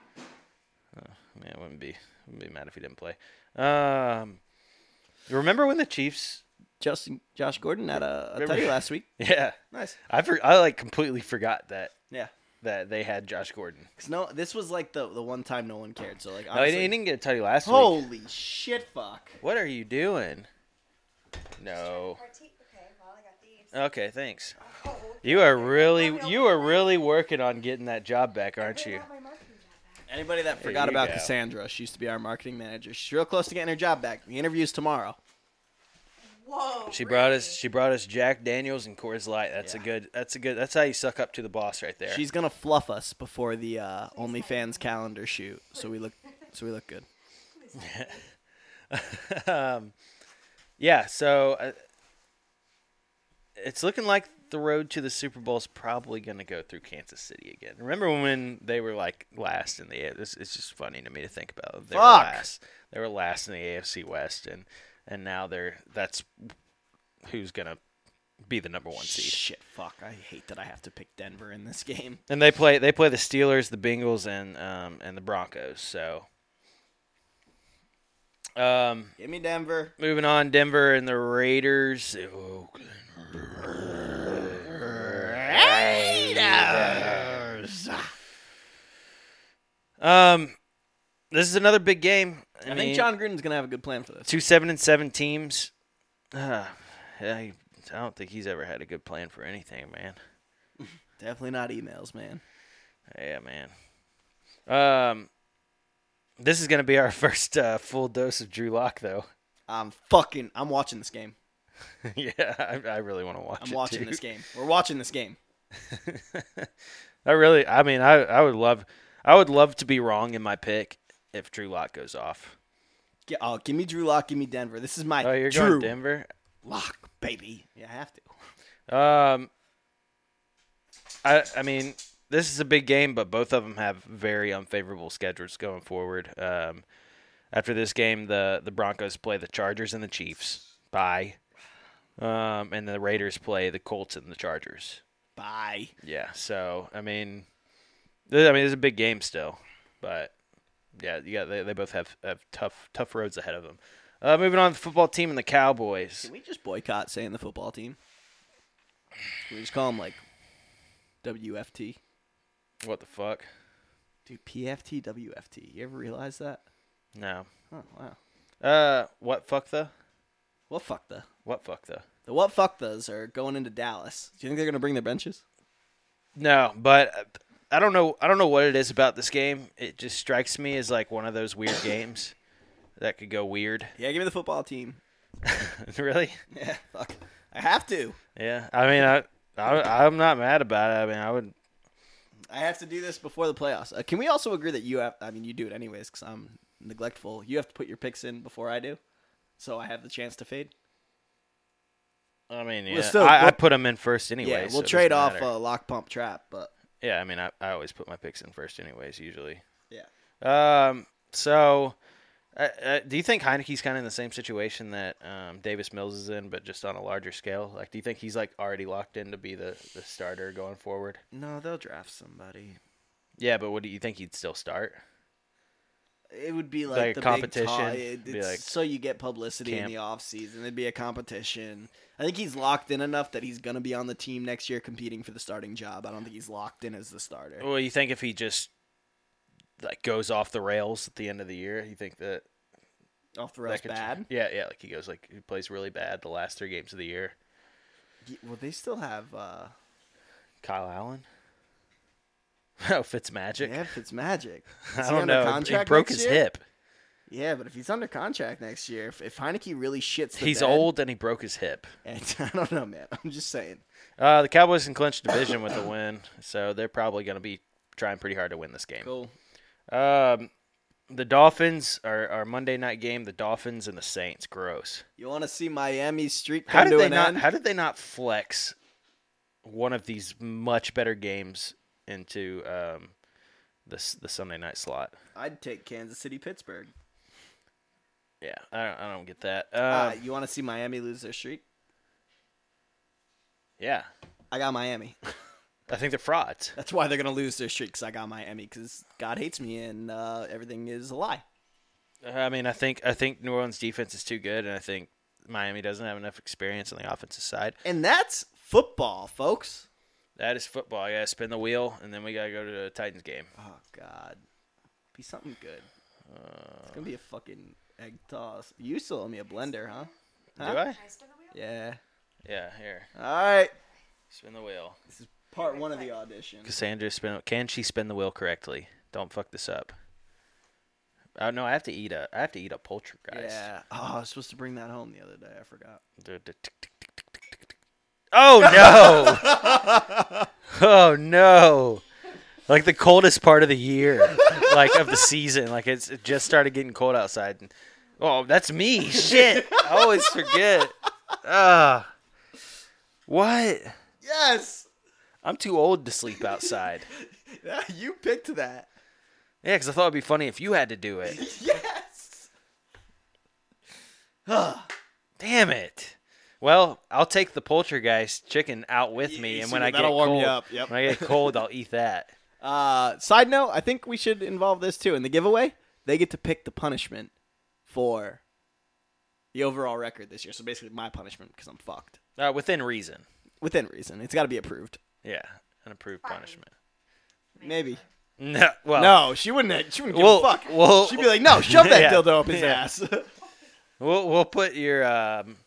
Speaker 2: uh, man, I wouldn't be wouldn't be mad if he didn't play. Um, remember when the Chiefs?
Speaker 1: Justin Josh Gordon had a, a
Speaker 2: Remember-
Speaker 1: tutty last week.
Speaker 2: Yeah,
Speaker 1: Nice.
Speaker 2: I for, I like completely forgot that
Speaker 1: Yeah.
Speaker 2: that they had Josh Gordon.
Speaker 1: Cause no, this was like the the one time no one cared. So like,
Speaker 2: No, he,
Speaker 1: honestly, Oh.
Speaker 2: he didn't get a tutty last week.
Speaker 1: holy shit, fuck.
Speaker 2: What are you doing? No.
Speaker 5: Partake- Okay, well, I got these.
Speaker 2: Okay, thanks.
Speaker 5: Oh,
Speaker 2: You are really you are really working on getting that job back, aren't
Speaker 5: I
Speaker 2: you?
Speaker 5: got my marketing job back.
Speaker 1: Anybody that forgot
Speaker 2: you
Speaker 1: about
Speaker 2: go.
Speaker 1: Cassandra, she used to be our marketing manager. She's real close to getting her job back. The interview's tomorrow.
Speaker 5: Whoa.
Speaker 2: She brought us.
Speaker 5: really?
Speaker 2: She brought us Jack Daniels and Coors Light. That's a
Speaker 1: Yeah.
Speaker 2: good. That's a good. That's how you suck up to the boss right there.
Speaker 1: She's gonna fluff us before the uh, OnlyFans calendar shoot, so we look so we look good.
Speaker 2: yeah. So uh, it's looking like the road to the Super Bowl is probably going to go through Kansas City again. Remember when they were like last in the? A- It's, it's just funny to me to think about. They were
Speaker 1: Fuck.
Speaker 2: last. They were last in the AFC West, and and now they're. That's who's going to be the number one seed.
Speaker 1: Shit, fuck! I hate that I have to pick Denver in this game.
Speaker 2: And they play they play the Steelers, the Bengals, and um, and the Broncos. So, um,
Speaker 1: Give me Denver.
Speaker 2: moving on, Denver and the Raiders. Oakland Raiders. Um, this is another big game.
Speaker 1: I,
Speaker 2: I, mean,
Speaker 1: think John Gruden's gonna have a good plan for this.
Speaker 2: two seven and seven teams. Uh, I, I don't think he's ever had a good plan for anything, man.
Speaker 1: Definitely not emails, man.
Speaker 2: Yeah, man. Um, this is gonna be our first uh, full dose of Drew Lock, though.
Speaker 1: I'm fucking. I'm watching this game.
Speaker 2: yeah, I, I really want to watch.
Speaker 1: I'm
Speaker 2: it,
Speaker 1: watching
Speaker 2: too.
Speaker 1: this game. We're watching this game.
Speaker 2: I really, I mean, I, I would love, I would love to be wrong in my pick if Drew Lock goes off.
Speaker 1: Gi- oh, give me Drew Lock. Give me Denver. This is my
Speaker 2: Oh, you're
Speaker 1: Drew
Speaker 2: going Denver.
Speaker 1: Lock, baby. Yeah, I have to.
Speaker 2: Um, I, I mean, this is a big game, but both of them have very unfavorable schedules going forward. Um, after this game, the the Broncos play the Chargers and the Chiefs. Bye. Um, and the Raiders play the Colts and the Chargers.
Speaker 1: Bye.
Speaker 2: Yeah. So I mean, th- I mean, it's a big game still, but yeah, yeah, they, they both have, have tough tough roads ahead of them. Uh, moving on, the football team and the Cowboys.
Speaker 1: Can we just boycott saying the football team? Can we just call them like WFT?
Speaker 2: What the fuck?
Speaker 1: Dude, PFT, WFT. You ever realize that?
Speaker 2: No.
Speaker 1: Oh, wow.
Speaker 2: Uh, what fuck the?
Speaker 1: Well, fuck the.
Speaker 2: What fuck the?
Speaker 1: The what fuck those are going into Dallas. Do you think they're going to bring their benches?
Speaker 2: No, but uh, I don't know. I don't know what it is about this game. It just strikes me as like one of those weird games that could go weird.
Speaker 1: Yeah, give me the football team.
Speaker 2: really?
Speaker 1: Yeah, fuck. I have to.
Speaker 2: Yeah. I mean, I, I I'm not mad about it. I mean, I would.
Speaker 1: I have to do this before the playoffs. Uh, can we also agree that you have? I mean, you do it anyways because I'm neglectful. You have to put your picks in before I do, so I have the chance to fade.
Speaker 2: I mean, yeah.
Speaker 1: Well, still,
Speaker 2: I, I
Speaker 1: we'll-
Speaker 2: put them in first anyway.
Speaker 1: yeah,
Speaker 2: so
Speaker 1: we'll
Speaker 2: it
Speaker 1: trade
Speaker 2: doesn't
Speaker 1: off
Speaker 2: matter.
Speaker 1: a lock pump trap, but
Speaker 2: Yeah, I mean, I, I always put my picks in first, anyways. Usually.
Speaker 1: Yeah.
Speaker 2: Um. So, uh, uh, do you think Heineke's kind of in the same situation that um, Davis Mills is in, but just on a larger scale? Like, do you think he's like already locked in to be the the starter going forward?
Speaker 1: no, they'll draft somebody.
Speaker 2: Yeah, but what do you think he'd still start?
Speaker 1: It would be
Speaker 2: Like a
Speaker 1: like, the
Speaker 2: competition,
Speaker 1: Big tie. It-
Speaker 2: be
Speaker 1: it's
Speaker 2: like
Speaker 1: so you get publicity
Speaker 2: camp.
Speaker 1: in the off season. It'd be a competition. I think he's locked in enough that he's gonna be on the team next year competing for the starting job. I don't think he's locked in as the starter.
Speaker 2: Well, you think if he just like goes off the rails at the end of the year, you think that
Speaker 1: Off the rails
Speaker 2: that could-
Speaker 1: bad.
Speaker 2: Yeah, yeah. Like he goes like he plays really bad the last three games of the year.
Speaker 1: Y- Well, they still have. uh
Speaker 2: Kyle Allen. Oh, Fitzmagic.
Speaker 1: Yeah, it's magic.
Speaker 2: I don't know. He broke his hip.
Speaker 1: Yeah, but if he's under contract next year, if, if Heineke really shits, the
Speaker 2: He's
Speaker 1: bed-
Speaker 2: old and he broke his hip.
Speaker 1: And, I don't know, man. I'm just saying.
Speaker 2: Uh, the Cowboys can clinch division with the win, so they're probably going to be trying pretty hard to win this game.
Speaker 1: Cool.
Speaker 2: Um, the Dolphins are our Monday night game. The Dolphins and the Saints. Gross.
Speaker 1: You want to see Miami's streak
Speaker 2: How
Speaker 1: come
Speaker 2: did
Speaker 1: to
Speaker 2: they
Speaker 1: an
Speaker 2: not?
Speaker 1: end?
Speaker 2: How did they not flex one of these much better games into um, this the Sunday night slot?
Speaker 1: I'd take Kansas City, Pittsburgh.
Speaker 2: Yeah, I don't, I don't get that. Um,
Speaker 1: Uh, you want to see Miami lose their streak?
Speaker 2: yeah,
Speaker 1: I got Miami.
Speaker 2: I think they're frauds.
Speaker 1: That's why they're gonna lose their streak. 'cause I got Miami. Because God hates me and uh, everything is a lie.
Speaker 2: Uh, I mean, I think I think New Orleans defense is too good, and I think Miami doesn't have enough experience on the offensive side.
Speaker 1: And that's football, folks.
Speaker 2: That is football. I gotta spin the wheel, and then we gotta go to the Titans game.
Speaker 1: Oh God, be something good. it's gonna be a fucking egg toss. You still owe me a blender, huh? Huh?
Speaker 2: Do I?
Speaker 5: Can I spin the wheel?
Speaker 1: Yeah.
Speaker 2: Yeah, here,
Speaker 1: All right.
Speaker 2: spin the wheel.
Speaker 1: This is part one of the audition.
Speaker 2: Cassandra, spin. Can she spin the wheel correctly? Don't fuck this up. Oh no, I have to eat a. I have to eat a poltergeist.
Speaker 1: Yeah. Oh, I was supposed to bring that home the other day. I forgot.
Speaker 2: Du- du- tick, tick, tick, tick, tick, tick, tick. Oh no! oh no! Like the coldest part of the year, like of the season. Like it's it just started getting cold outside. And, oh, that's me. Shit! I always forget. Ah, what?
Speaker 1: Yes.
Speaker 2: I'm too old to sleep outside.
Speaker 1: you picked that.
Speaker 2: Yeah, because I thought it'd be funny if you had to do it.
Speaker 1: Yes.
Speaker 2: Damn it. Well, I'll take the poltergeist chicken out with me, and when I get
Speaker 1: That'll warm you
Speaker 2: cold,
Speaker 1: up, yep.
Speaker 2: when I get cold, I'll eat that.
Speaker 1: Uh, side note: I think we should involve this too in the giveaway. They get to pick the punishment for the overall record this year. So basically, my punishment because I'm fucked
Speaker 2: Uh, within reason.
Speaker 1: within reason. It's got to be approved.
Speaker 2: Yeah, an approved punishment.
Speaker 1: Maybe.
Speaker 2: No, well,
Speaker 1: No, she wouldn't. She wouldn't give
Speaker 2: Well,
Speaker 1: a fuck.
Speaker 2: well-
Speaker 1: She'd be like, "No, shove that
Speaker 2: Yeah.
Speaker 1: dildo up his
Speaker 2: Yeah.
Speaker 1: ass."
Speaker 2: we'll we'll put your um,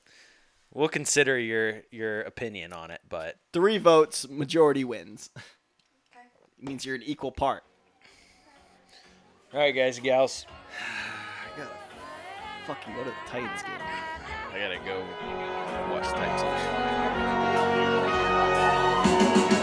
Speaker 2: we'll consider your your opinion on it, but
Speaker 1: Three votes, majority wins.
Speaker 5: Okay.
Speaker 1: It means you're an equal part.
Speaker 2: all right, guys and gals,
Speaker 1: I gotta fucking go to the Titans game.
Speaker 2: I gotta go watch Titans.